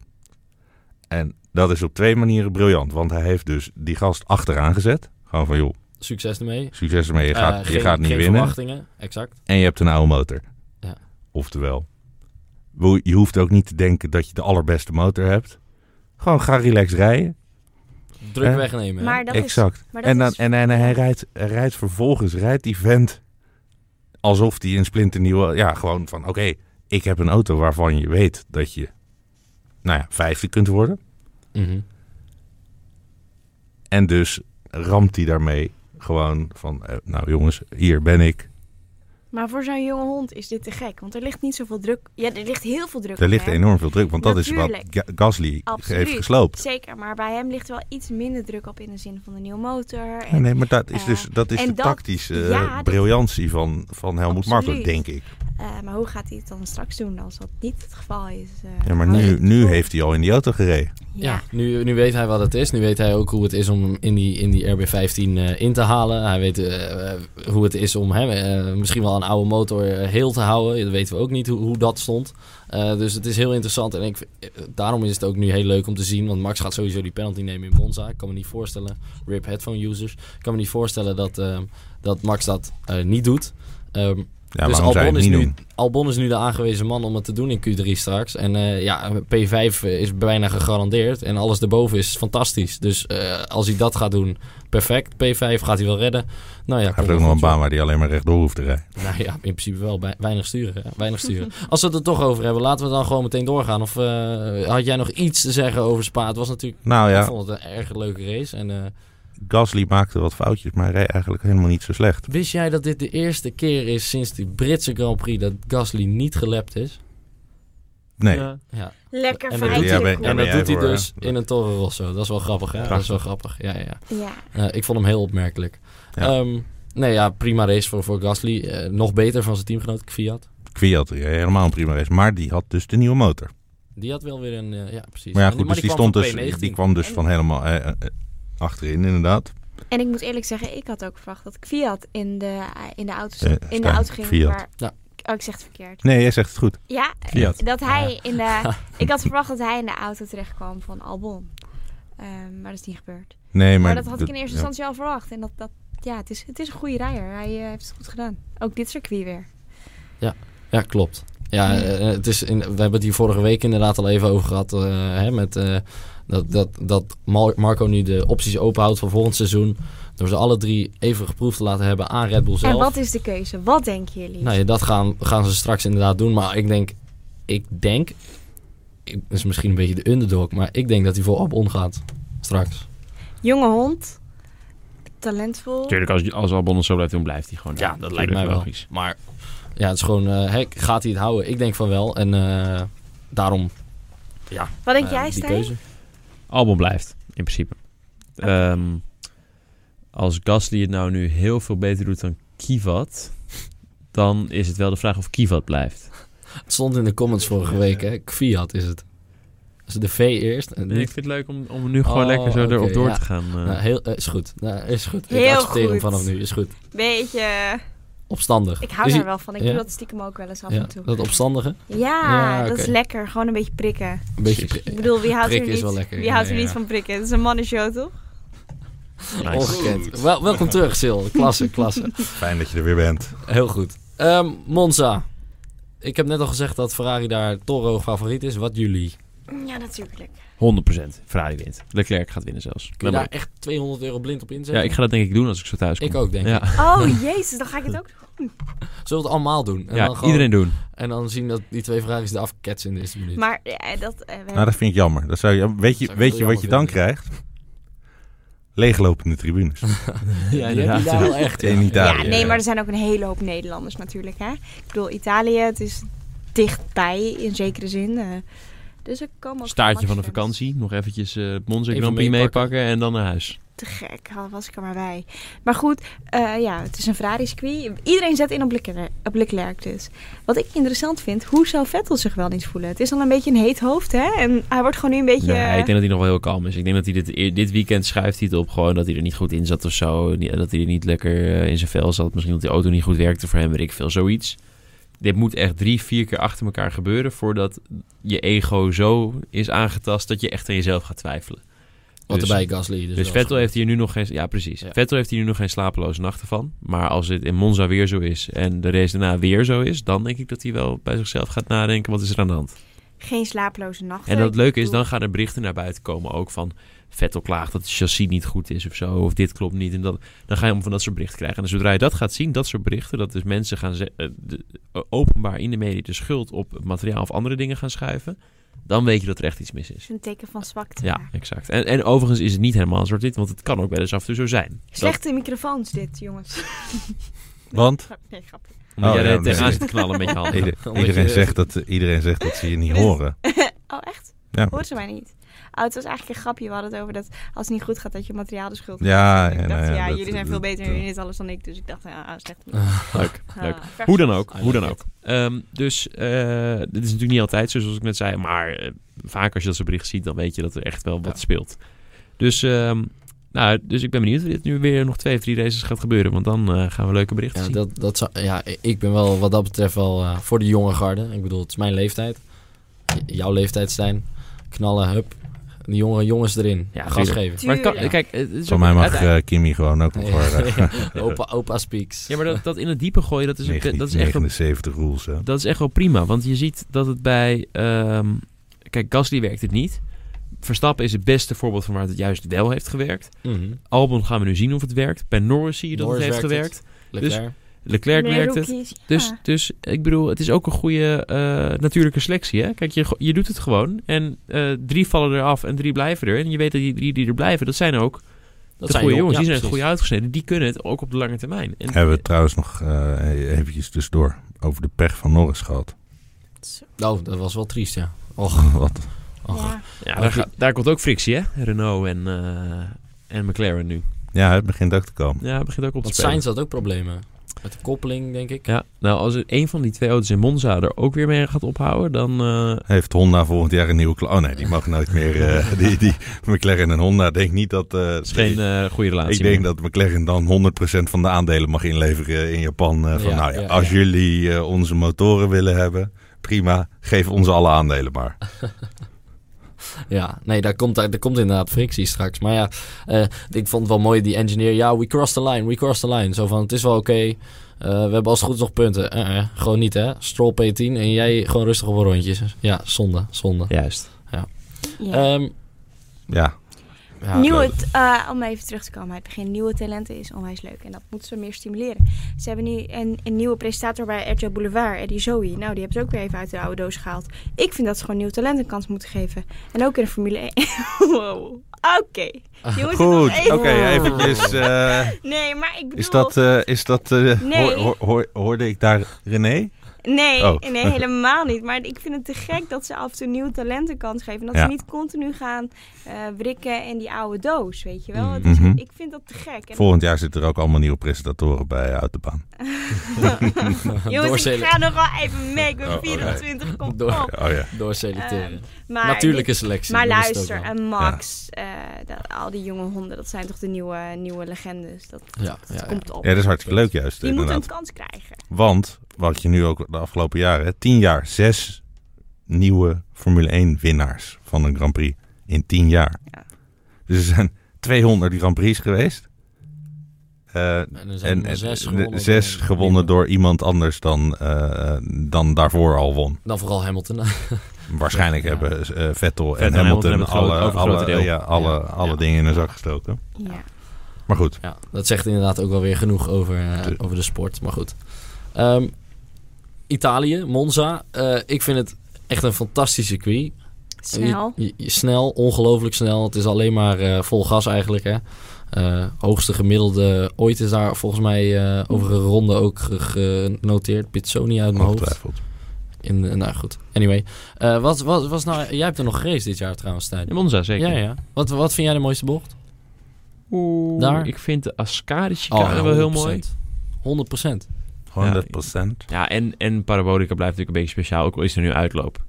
S3: En dat is op twee manieren briljant, want hij heeft dus die gast achteraan gezet. Gewoon van, joh,
S2: Succes ermee.
S3: succes ermee, je
S2: Eh,
S3: gaat, je
S2: geen-
S3: gaat niet
S2: geen
S3: winnen.
S2: verwachtingen, exact.
S3: En je hebt een oude motor.
S2: Ja.
S3: Oftewel, wo- je hoeft ook niet te denken dat je de allerbeste motor hebt. Gewoon ga relax rijden.
S2: Druk
S3: Eh,
S2: wegnemen. hè?
S4: Maar dat is...
S3: exact.
S4: Maar dat
S3: En, dan,
S4: is-
S3: en, en hij rijdt, hij rijdt vervolgens, rijdt die vent alsof hij een splinternieuwe... Ja, gewoon van, oké, ik heb een auto waarvan je weet dat je, nou ja, vijfde kunt worden.
S2: Mhm.
S3: En dus ramt hij daarmee gewoon van, eh, nou jongens, hier ben ik.
S4: Maar voor zo'n jonge hond is dit te gek. Want er ligt niet zoveel druk. Ja, er ligt heel veel druk.
S3: Er
S4: op
S3: ligt
S4: hem.
S3: enorm veel druk, want dat is wat
S4: Natuurlijk.
S3: Ga- Gasly
S4: Absoluut.
S3: heeft gesloopt.
S4: Zeker, maar bij hem ligt wel iets minder druk op in de zin van de nieuwe motor.
S3: Ja,
S4: En,
S3: nee, maar dat is
S4: eh,
S3: dus dat is
S4: en
S3: de
S4: dat-
S3: tactische eh,
S4: ja, dat-
S3: briljantie van, van Helmoet
S4: Absoluut.
S3: Marko, denk ik.
S4: eh, maar hoe gaat hij het dan straks doen als dat niet het geval is? eh,
S3: Ja, maar
S4: hou je
S3: nu,
S4: het
S3: nu
S4: vol?
S3: heeft hij al in die auto gereden.
S2: Ja, nu, nu weet hij wat het is. Nu weet hij ook hoe het is om hem in die, in die RB15 eh, in te halen. Hij weet eh, eh, hoe het is om hem eh, misschien wel een oude motor eh, heel te houden. Dat weten we ook niet hoe, hoe dat stond. Eh, dus het is heel interessant. En ik, vind- eh, daarom is het ook nu heel leuk om te zien. Want Max gaat sowieso die penalty nemen in Monza. Ik kan me niet voorstellen, RIP headphone users. Ik kan me niet voorstellen dat, ehm, dat Max dat eh, niet doet. Ehm,
S3: Ja,
S2: dus
S3: waarom zou je
S2: Albon
S3: het
S2: is,
S3: niet
S2: nu,
S3: doen?
S2: Albon is nu de aangewezen man om het te doen in Q3 straks. En eh, ja, P5 is bijna gegarandeerd. En alles erboven is fantastisch. Dus eh, als hij dat gaat doen, perfect. P5 gaat hij wel redden. Nou ja,
S3: Hij
S2: komt
S3: heeft ook
S2: wel
S3: nog een
S2: goed,
S3: baan waar hij alleen maar rechtdoor hoeft te rijden.
S2: joh. Nou ja, in principe wel. Bij- weinig sturen. hè. Weinig sturen. als we het er toch over hebben, laten we dan gewoon meteen doorgaan. Of eh, had jij nog iets te zeggen over Spa? Het was natuurlijk...
S3: Nou
S2: Ik
S3: ja,
S2: vond het een erg leuke race. En eh,
S3: Gasly maakte wat foutjes, maar hij reed eigenlijk helemaal niet zo slecht.
S2: wist jij dat dit de eerste keer is sinds die Britse Grand Prix dat Gasly niet gelept is?
S3: Nee,
S1: Ja.
S2: Ja.
S4: Lekker
S2: En
S4: vrij.
S2: dat-
S4: Ja,
S3: ja, ben-
S2: En dat
S3: jij
S2: doet hij
S3: voor,
S2: dus
S3: hè?
S2: in een Toro Rosso. Dat is wel grappig, hè? Dat is wel grappig. Ja, ja, ja. Eh, ik vond hem heel opmerkelijk.
S3: Ja.
S2: Ehm, nee, ja, prima race voor, voor Gasly. Eh, nog beter van zijn teamgenoot Kvyat.
S3: Kwiat reed helemaal een prima race. Maar die had dus de nieuwe motor.
S2: Die had wel weer een... eh, ja, precies.
S3: Maar ja,
S2: En
S3: goed, dus die, stond
S2: kwam
S3: dus,
S2: van P19.
S3: die kwam dus van helemaal eh, eh, achterin, inderdaad.
S4: En ik moet eerlijk zeggen, ik had ook verwacht dat ik Fiat in de, in de, auto,
S3: Eh,
S4: in de
S3: Stijn,
S4: auto ging.
S3: Fiat.
S4: Maar,
S2: Ja.
S4: Oh, ik zeg het verkeerd.
S3: Nee, jij zegt het goed.
S4: Ja, eh,
S1: Fiat.
S4: dat hij in de... ik had verwacht dat hij in de auto terecht kwam van Albon. Ehm, maar dat is niet gebeurd.
S3: Nee, maar,
S4: Maar, dat had ik in eerste
S3: ja.
S4: instantie al verwacht. En dat, dat, ja, het is, het is een goede rijder. Hij eh, heeft het goed gedaan. Ook dit circuit weer.
S2: Ja, klopt. Ja,
S3: Hmm.
S2: eh, het is in, we hebben het hier vorige week inderdaad al even over gehad. eh, hè, met, eh, dat, dat, dat Mar- Marco nu de opties openhoudt voor volgend seizoen. Door ze alle drie even geproefd te laten hebben aan Red Bull zelf.
S4: En wat is de keuze? Wat denken jullie?
S2: Nou ja, dat gaan, gaan ze straks inderdaad doen. Maar ik denk, ik denk, ik, dat is misschien een beetje de underdog, maar ik denk dat hij voor Albon gaat straks.
S4: Jonge hond. Talentvol.
S1: Natuurlijk, als, als Albon het zo blijft doen, blijft hij gewoon. daar. Tuurlijk, logisch.
S2: Maar ja, het is gewoon, eh, hè, gaat hij het houden? Ik denk van wel. En eh, daarom
S4: Wat denk
S2: eh,
S4: jij,
S2: die
S4: Stijn?
S2: keuze.
S1: Albon blijft, in principe. Ehm, als Gasly het nou nu heel veel beter doet dan Kivat, dan is het wel de vraag of Kivat blijft.
S2: Het stond in de comments vorige week, hè? Kviat is het. Dus de V eerst. en
S1: ik
S2: niet-
S1: vind het leuk om, om nu gewoon
S2: Oh,
S1: lekker zo
S2: oké,
S1: erop door
S2: ja.
S1: te gaan. eh.
S2: Nou, heel, eh, is goed. Nou, is goed. ik
S4: Heel
S2: accepteer hem
S4: goed.
S2: vanaf nu. Is goed.
S4: Beetje. eh,
S2: Opstandig.
S4: Ik hou
S2: Is
S4: daar
S2: hij-
S4: wel van. Ik
S2: ja.
S4: doe dat stiekem ook wel eens af
S2: Ja,
S4: en toe.
S2: dat opstandige.
S4: Ja,
S2: Ja,
S4: dat is
S2: oké.
S4: lekker. Gewoon een beetje prikken.
S2: Een beetje...
S1: Precies.
S4: Ik bedoel, wie houdt
S2: Prikken
S4: er
S2: is
S4: niet,
S2: wel lekker,
S4: wie
S2: ja,
S4: houdt er
S2: ja,
S4: niet
S2: ja.
S4: van prikken? Het is een mannenshow, toch?
S1: Nice.
S2: Ongekend. Wel, welkom terug, Sil. Klasse, klasse.
S3: Fijn dat je er weer bent.
S2: Heel goed. Ehm, Monza. Ik heb net al gezegd dat Ferrari daar Toro favoriet is. Wat jullie?
S4: Ja, natuurlijk.
S1: 100% Ferrari wint. Leclerc gaat winnen zelfs.
S2: Kun je
S1: Dan
S2: daar
S1: ben
S2: echt 200 euro blind op
S1: ik- ja,
S2: inzetten?
S1: ik ga dat denk ik doen als ik zo thuis kom.
S2: Ik ook, denk ik.
S1: ja.
S4: Oh, jezus, dan ga ik het ook.
S2: Zullen we het allemaal doen? En,
S1: Ja,
S2: dan gewoon-
S1: iedereen doen.
S2: en dan zien dat die twee Ferraris eraf ketsen in de eerste minuut.
S4: Maar eh, dat, eh, we
S3: Nou, dat vind ik jammer. Dat zou je, weet je,
S2: Zou ik
S3: weet je
S2: heel
S3: wat je dan
S2: jammer
S3: krijgt? Leeglopende tribunes.
S2: ja, die heb je daar wel echt.
S3: In Italië.
S4: ja, nee, maar er zijn ook een hele hoop Nederlanders natuurlijk. Hè? Ik bedoel, Italië, het is dichtbij in zekere zin. eh, dus ik kan wel
S1: Staartje van de
S4: makkelijk-
S1: vakantie. Nog eventjes eh het Monza
S2: Even
S1: Grand Prix
S2: meepakken.
S1: meepakken en dan naar huis.
S4: te gek. Al was ik er maar bij. Maar goed, eh, ja, het is een Ferrari-circuit. Iedereen zet in op Leclerc, op Leclerc dus. Wat ik interessant vind, hoe zou Vettel zich wel eens voelen? Het is al een beetje een heet hoofd, hè? En hij wordt gewoon nu een beetje...
S1: Nee, ik denk dat hij nog wel heel kalm is. Ik denk dat hij dit, dit weekend schuift hij het op gewoon dat hij er niet goed in zat of zo. Niet- Dat hij er niet lekker eh, in zijn vel zat. Misschien dat die auto niet goed werkte voor hem, weet ik veel. Zoiets. Dit moet echt drie, vier keer achter elkaar gebeuren voordat je ego zo is aangetast dat je echt aan jezelf gaat twijfelen.
S2: Wat
S1: Dus-
S2: erbij Gasly. Dus,
S1: Dus,
S2: wel
S1: Vettel
S2: is-
S1: heeft hier nu nog geen... Ja, precies.
S2: Ja.
S1: Vettel heeft hier nu nog geen slapeloze nachten van. Maar als het in Monza weer zo is en de race daarna weer zo is... dan denk ik dat hij wel bij zichzelf gaat nadenken... wat is er aan de hand?
S4: Geen slapeloze nachten.
S1: En dat het leuke is,
S4: bedoel-
S1: dan gaan er berichten naar buiten komen ook van... Vettel klaagt dat het chassis niet goed is of zo, of dit klopt niet. En dat, dan ga je om van dat soort berichten krijgen. En zodra je dat gaat zien, dat soort berichten... dat dus mensen gaan ze- eh, de- eh, openbaar in de media de schuld op het materiaal of andere dingen gaan schuiven... dan weet je dat er echt iets mis
S4: is
S1: is.
S4: een teken van zwakte.
S1: Ja, exact. En, en overigens is het niet helemaal zwart dit, want het kan ook wel eens af en toe zo zijn.
S4: Slechte microfoons dit, jongens.
S3: Want
S4: Nee, grapje.
S1: Dat, omdat
S3: Oh,
S1: jij
S3: ja,
S1: er tegenaan
S3: nee.
S1: zit te knallen met je handen.
S3: ieder-
S2: Omdat
S3: iedereen,
S2: je-
S3: zegt dat, iedereen zegt dat ze je niet
S4: Dit-
S3: horen.
S4: Oh, echt?
S3: Ja,
S4: Hoort ze mij niet? Oh, het was eigenlijk een grapje. We hadden het over dat als het niet goed gaat, dat je materiaal de schuld
S3: Ja,
S4: geeft. Ik
S3: ja,
S4: dacht,
S3: nou ja,
S4: ja,
S3: dat-
S4: jullie zijn veel
S3: dat-
S4: beter
S3: dat-
S4: in dit alles dan ik. Dus ik dacht, ja, ah, slecht.
S1: Leuk,
S4: Ah,
S1: leuk.
S4: versus.
S1: Hoe dan ook,
S2: I
S1: hoe dan
S2: like
S1: ook. Ehm, dus eh, dit is natuurlijk niet altijd zo, zoals ik net zei. Maar eh, vaak als je dat soort bericht ziet, dan weet je dat er echt wel wat
S2: Ja.
S1: speelt. Dus, ehm, nou, dus ik ben benieuwd of dit nu weer nog twee of drie races gaat gebeuren. Want dan eh, gaan we leuke berichten
S2: Ja,
S1: zien.
S2: dat, dat zou, ja, ik ben wel wat dat betreft wel eh, voor de jonge garde. Ik bedoel, het is mijn leeftijd. J- Jouw leeftijd, Stijn. Knallen, hup. De jonge jongens erin.
S1: Ja,
S2: Gas
S1: tuurlijk.
S2: geven.
S1: Maar het kan-
S4: Tuurlijk.
S1: kijk, het is
S3: Van
S1: ook-
S3: mij mag
S1: uiteindelijk-
S3: eh, Kimi gewoon ook nog eh, horen.
S2: opa, opa
S3: eh,
S2: speaks.
S1: Ja, maar dat, dat in het diepe gooien, dat is, ook- dat is echt wel
S3: 79 rules, hè.
S1: Dat is echt wel prima, want je ziet dat het bij... ehm, kijk, Gasly werkt het niet. Verstappen is het beste voorbeeld van waar het juist wel heeft gewerkt.
S2: Mhm.
S1: Albon gaan we nu zien of het werkt. Bij Norris zie je dat
S2: Norris
S1: het heeft
S2: werkt
S1: gewerkt.
S2: het. Leclerc.
S1: Leclerc
S4: Meer Ah,
S1: werkt het.
S4: rookies, ja.
S1: Dus, dus ik bedoel, het is ook een goede eh, natuurlijke selectie. Hè? Kijk, je, go- je doet het gewoon. En eh, drie vallen eraf en drie blijven er. En je weet dat die drie die er blijven, dat zijn ook
S2: dat
S1: de
S2: zijn
S1: goede jongens.
S2: ja,
S1: die zijn het
S2: precies.
S1: goede uitgesneden. Die kunnen het ook op de lange termijn. En,
S3: Hebben we het trouwens nog eh eventjes tussendoor over de pech van Norris gehad.
S4: Zo.
S2: Oh, dat was wel triest, ja. Oh,
S3: Wat?
S1: Oh.
S2: Och.
S4: Ja.
S1: ja, daar, gaat- daar komt ook frictie, hè? Renault en, eh, en McLaren nu.
S3: Ja, het begint ook te komen.
S1: Ja, het begint ook op te
S2: Want
S1: spelen.
S2: Sainz had ook problemen. Met de koppeling, denk ik.
S1: Ja, nou, als er een van die twee auto's in Monza er ook weer mee gaat ophouden, dan... eh,
S3: Heeft Honda volgend jaar een nieuwe klant? Oh nee, die mag nooit meer. eh, die, die McLaren en Honda, ik denk niet dat... eh,
S1: is geen eh, goede relatie
S3: ik denk
S1: meer.
S3: dat McLaren dan 100% van de aandelen mag inleveren in Japan. eh, van,
S2: Ja,
S3: nou ja,
S2: ja,
S3: als
S2: ja.
S3: jullie eh, onze motoren willen hebben, prima, geef ons alle aandelen maar.
S2: Ja, nee, daar komt, daar komt inderdaad frictie straks. Maar ja, eh, ik vond het wel mooi, die engineer. Ja, we crossed the line, we crossed the line. Zo van, het is wel oké. eh, we hebben als het goed is nog punten. Eh, eh, gewoon niet, hè. Stroll P10 en jij gewoon rustig op een rondje. Ja, zonde, zonde.
S1: Juist. Eh,
S4: Ja.
S2: Ehm,
S3: Ja,
S2: ja,
S4: nieuwe, t- eh, om even terug te komen uit het begin. Nieuwe talenten is onwijs leuk. En dat moeten ze meer stimuleren. Ze hebben nu een, een nieuwe presentator bij RTL Boulevard, Eddie Zoe. Nou, die hebben ze ook weer even uit de oude doos gehaald. Ik vind dat ze gewoon nieuw talent een kans moeten geven. En ook in de Formule 1. wow. Oké. Je moet het nog
S3: Ah, goed. Oké,
S4: even-
S3: eventjes... eh,
S4: Nee, maar ik bedoel...
S3: Is dat, eh, is dat eh,
S4: Nee.
S3: hoor- hoor- hoor- hoorde ik daar René?
S4: Nee,
S3: Oh.
S4: nee, helemaal niet. Maar ik vind het te gek dat ze af en toe nieuw talent een kans geven. En dat
S3: Ja.
S4: ze niet continu gaan eh wrikken in die oude doos, weet je wel.
S2: Mm.
S4: Het is-
S3: Mhm.
S4: Ik vind dat te gek. En-
S3: Volgend jaar zitten er ook allemaal nieuwe presentatoren bij eh, uit de baan.
S4: Jongens, ik
S2: Doorzelen.
S4: ga nog wel even mee. Ik ben
S3: Oh, oké.
S4: 24, kom
S2: Door.
S4: op.
S3: Oh ja.
S2: Doorselecteren.
S4: Ehm, Maar
S2: Natuurlijke selectie.
S4: Maar
S2: dat is het
S4: luister,
S2: ook wel.
S4: en Max, eh, dat, al die jonge honden, dat zijn toch de nieuwe, nieuwe legendes. Dat,
S2: Ja,
S4: dat
S2: ja, ja.
S4: komt op.
S3: ja, dat is hartstikke leuk juist,
S4: Die moeten
S3: inderdaad.
S4: een kans krijgen.
S3: Want, wat je nu ook de afgelopen jaren, hè, tien jaar, zes nieuwe Formule 1 winnaars van een Grand Prix in tien jaar.
S4: Ja.
S3: Dus er zijn 200 Grand Prix geweest. Eh,
S2: En er zijn
S3: en
S2: er
S3: en
S2: zes
S3: de-
S2: gewonnen.
S3: zes
S2: door-
S3: gewonnen door iemand anders dan, eh, dan daarvoor al won.
S2: Dan Nou, vooral Hamilton.
S3: Waarschijnlijk
S2: Ja.
S3: hebben eh, Vettel, en
S1: en
S3: Hamilton,
S1: Hamilton hebben het
S3: alle,
S1: grote- overgrote
S3: alle,
S1: deel.
S3: ja, alle,
S2: Ja.
S3: alle
S2: Ja.
S3: dingen in hun zak gestoken.
S4: Ja.
S3: Maar goed,
S2: Ja, dat zegt inderdaad ook wel weer genoeg over, eh,
S3: Tuurlijk.
S2: over de sport. Maar goed. Ehm, Italië, Monza. Eh, ik vind het echt een fantastisch circuit.
S4: Snel.
S2: Je- je- je- snel, ongelooflijk snel. Het is alleen maar eh, vol gas eigenlijk. Hè. Eh, hoogste gemiddelde ooit is daar volgens mij eh, over een ronde ook ge- genoteerd. Pizzoni uit mijn hoofd.
S3: ongetwijfeld.
S2: In, eh, nou goed, anyway. Eh, wat, wat was nou, jij hebt er nog gereisd dit jaar trouwens, Stijn.
S1: In Monza zeker.
S2: Ja, ja. Wat, wat vind jij de mooiste bocht?
S1: Oeh,
S2: Daar?
S1: ik vind de Ascari
S2: Oh,
S1: chicane wel heel mooi.
S2: 100%. 100%.
S1: Ja,
S3: 100
S1: ik- Ja, en, en Parabolica blijft natuurlijk een beetje speciaal, ook al is er nu uitloop.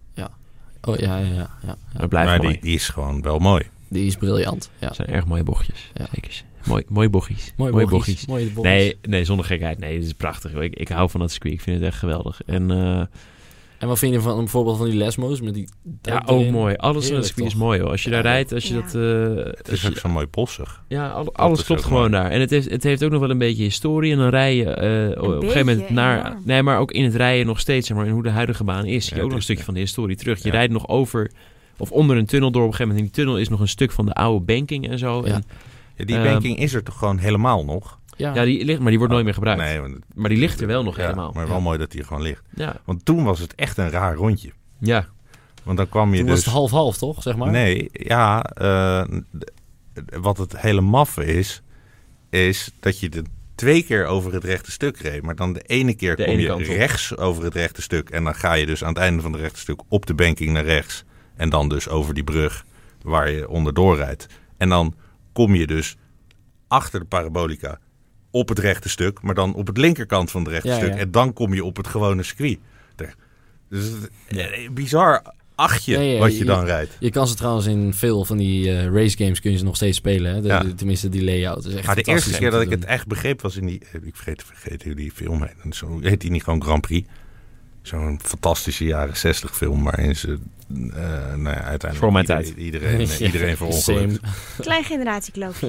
S2: Oh ja, ja, ja. ja.
S1: Maar het blijft
S3: maar
S1: mooi.
S3: die is gewoon wel mooi.
S2: Die is briljant. Ja.
S1: Het zijn erg mooie bochtjes.
S2: Ja.
S1: Zeker. Mooi, mooie bochtjes.
S2: Mooi
S1: Mooie
S2: bochtjes. Mooie bochtjes.
S1: Nee, nee, zonder gekheid. Nee, het is prachtig. joh. Ik, ik hou van dat circuit. Ik vind het echt geweldig. En eh,
S2: En wat vind je van bijvoorbeeld van die Lesmo's met die
S1: ja,
S2: duik
S3: oh,
S1: ook
S2: erin?
S1: oh, mooi. Alles in
S2: Heerlijk,
S1: het circuit is
S2: toch?
S1: mooi, hoor. Als je
S2: Ja.
S1: daar rijdt, als je
S4: Ja.
S1: dat... eh,
S3: Het
S1: als
S3: is
S1: je-
S3: ook zo mooi bossig.
S1: ja, al- alles
S3: is
S1: klopt
S3: ook
S1: gewoon
S3: mooi.
S1: daar. En het heeft, het heeft ook nog wel een beetje historie. En dan rij je eh, op een gegeven moment
S4: beetje,
S1: naar...
S4: enorm.
S1: Nee, maar ook in het rijden nog steeds, zeg maar, in hoe de huidige baan is. Zie je ook
S3: Ja,
S1: nog
S3: dit-
S1: een stukje van de historie terug. Je
S3: Ja.
S1: rijdt nog over of onder een tunnel door op een gegeven moment. In die tunnel is nog een stuk van de oude banking en zo.
S2: Ja.
S1: En,
S3: Ja, die
S1: Ehm,
S3: banking is er toch gewoon helemaal nog?
S2: Ja.
S1: ja, die ligt, maar die wordt nooit meer gebruikt.
S3: Oh, Nee, want-
S1: Maar die ligt er wel nog
S3: ja,
S1: helemaal.
S3: Maar wel
S2: Ja.
S3: mooi dat die er gewoon ligt.
S1: Ja.
S3: Want toen was het echt een raar rondje.
S1: ja.
S3: Want dan kwam je
S2: Toen
S3: dus...
S2: was het half-half, toch? Zeg maar.
S3: Nee, ja. eh, d- wat het hele maffe is, is dat je de twee keer over het rechte stuk reed. Maar dan de ene keer
S1: De
S3: kom
S1: ene
S3: je
S1: kant op.
S3: rechts over het rechte stuk. En dan ga je dus aan het einde van het rechte stuk op de banking naar rechts. En dan dus over die brug waar je onderdoor rijdt. En dan kom je dus achter de parabolica op het rechte stuk. Maar dan op het linkerkant van het rechte
S2: Ja,
S3: stuk.
S2: ja.
S3: En dan kom je op het gewone circuit. Daar- Dus het- eh, bizar achtje
S2: Ja, ja,
S3: wat je,
S2: je-
S3: dan rijdt.
S2: Je kan ze trouwens in veel van die eh, race games kun je ze nog steeds spelen. Hè? De-
S3: Ja.
S2: de- tenminste, die layout is echt
S3: Maar de
S2: fantastisch
S3: eerste
S2: om
S3: keer
S2: te
S3: dat ik
S2: doen.
S3: het echt begreep was in die... eh, Ik vergeet, vergeet hoe die film heet. En Zo, heet die niet gewoon Grand Prix? Zo'n fantastische jaren zestig film waarin ze... eh, nou ja, uiteindelijk...
S1: Voor mijn
S3: iedereen-
S1: tijd.
S3: Iedereen,
S2: Ja,
S3: iedereen verongelukt.
S2: same.
S4: Klein generatiekloof.